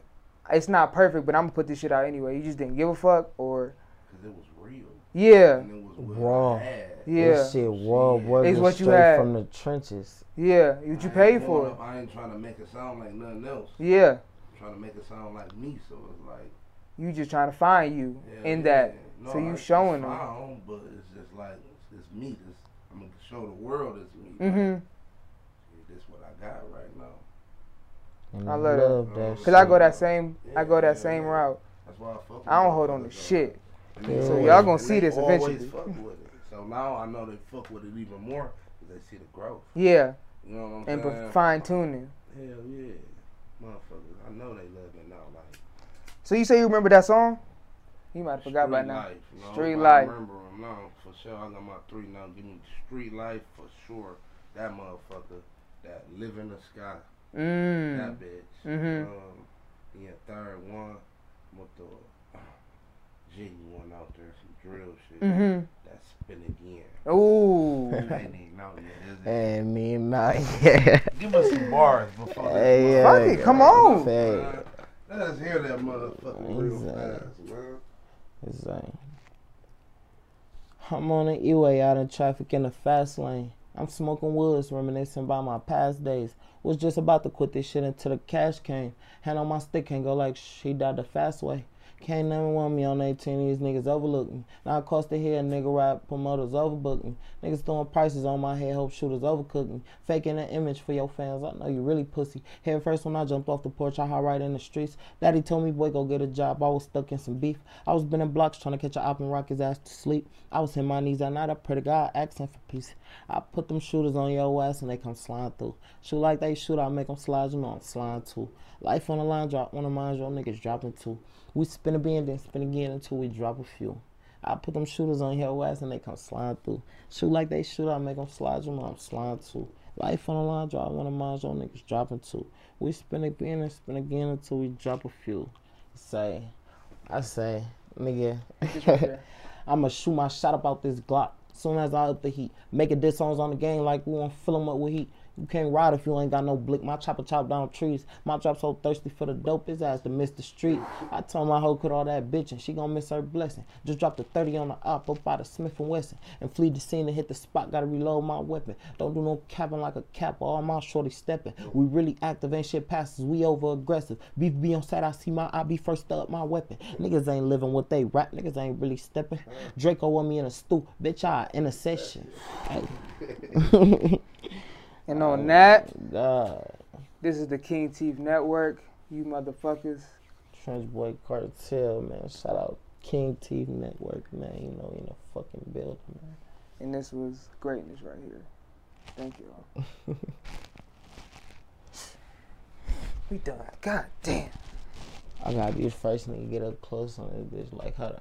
S1: it's not perfect, but I'm gonna put this shit out anyway. You just didn't give a fuck, or
S3: 'Cause it was real.
S1: yeah,
S3: And it was what
S2: Raw.
S3: I had.
S2: This
S1: yeah,
S2: shit raw
S3: Shit.
S2: wasn't
S1: It's what you
S2: straight
S1: had.
S2: from the trenches.
S1: yeah. What
S3: I
S1: you
S3: ain't
S1: paid
S3: going
S1: for?
S3: up, I ain't trying to make it sound like nothing else.
S1: Yeah.
S3: I'm trying to make it sound like me, so it's like
S1: You just trying to find you
S3: Yeah,
S1: in
S3: yeah,
S1: that.
S3: yeah.
S1: so you
S3: it's
S1: showing them.
S3: fine, but it's just like it's, it's me. This I'm gonna show the world it's me.
S1: Mhm.
S3: This is what I got right now.
S2: And
S1: I
S2: I
S1: love that.
S2: love that.
S3: Cause
S1: Cause I go that same. I go
S3: Yeah,
S1: that same
S3: yeah.
S1: route.
S3: That's why I fuck.
S1: I don't
S3: with
S1: hold
S3: it,
S1: on to
S3: though.
S1: shit.
S3: And they
S2: So
S3: always-
S2: y'all
S1: gonna
S3: and
S1: see
S3: they
S1: this
S3: always
S1: eventually.
S3: Fuck with it. So now I know they fuck with it even more because they see the growth.
S1: Yeah.
S3: You know what I'm
S1: And
S3: saying?
S1: fine tuning.
S3: Hell yeah, motherfuckers. I know they love it now. Like
S1: So you say you remember that song? You might have forgot
S3: street
S1: by now.
S3: Life, you know,
S1: Street
S3: I
S1: life.
S3: Remember 'em now for sure. I got my three now. Give me street life for sure. That motherfucker. That live in the sky.
S1: Mm.
S3: That bitch.
S1: Mhm.
S3: Um, yeah, third one. What the G one out there, some drill shit.
S1: Mm-hmm.
S3: That spin again.
S2: [laughs]
S1: Ooh.
S3: I ain't even know yet, is it?
S2: And me and I, [laughs] yeah.
S3: Give us some bars before
S2: Hey,
S3: this
S2: yeah,
S1: Fuck it, come on.
S3: motherfucker-
S2: Hey,
S3: Man, Let us hear that motherfucker real
S2: Exactly.
S3: fast, man.
S2: it's like, I'm on the E-way out in traffic in the fast lane. I'm smoking woods, reminiscing about my past days. Was just about to quit this shit until the cash came. Hand on my stick and go like, "Shh, he died the fast way. Can't never want me on 18, these niggas overlook me. Now I cost the head, nigga rap, promoters overbook me. Niggas throwing prices on my head, hope shooters overcook me. Faking an image for your fans, I know you really pussy. Head first when I jumped off the porch, I high right in the streets. Daddy told me, boy, go get a job, I was stuck in some beef. I was bending blocks trying to catch a op and rock his ass to sleep. I was in my knees that night, I pray to God, asking for peace. I put them shooters on your ass and they come sliding through. Shoot like they shoot, I make them slide, you know I'm sliding too. Life on the line, drop one of mine, your niggas dropping too. We spin a bend, then spin again until we drop a few. I put them shooters on your ass and they come sliding through. Shoot like they shoot, I make them slide, you know I'm sliding too. Life on the line, drop one of mine, your niggas dropping too. We spin again and spin again until we drop a few. Say, I say, nigga. [laughs] I'ma shoot my shot about this Glock. Soon as I up the heat, make a diss songs on the game like we won't fill 'em up with heat. You can't ride if you ain't got no blick. My chopper chop down trees. My drop so thirsty for the dope, his ass to miss the street. I told my hoe quit all that bitching. She gon' miss her blessing. Just dropped a 30 on the op up by the Smith and Wesson. And flee the scene and hit the spot. Gotta reload my weapon. Don't do no capping like a cap. All my shorty stepping. We really active, ain't shit passes. We over aggressive. Beef be on side, I see my I be first up my weapon. Niggas ain't living what they rap. Niggas ain't really stepping. Draco want me in a stoop. Bitch, I intercession. Hey. [laughs]
S1: And on that,
S2: God.
S1: this is the King Teeth Network. You motherfuckers.
S2: Trench Boy Cartel, man. Shout out King Teeth Network, man. You know, in the fucking building, man.
S1: And this was greatness right here. Thank you all. we done. God damn.
S2: I gotta be the first nigga to get up close on this bitch. Like, hold on.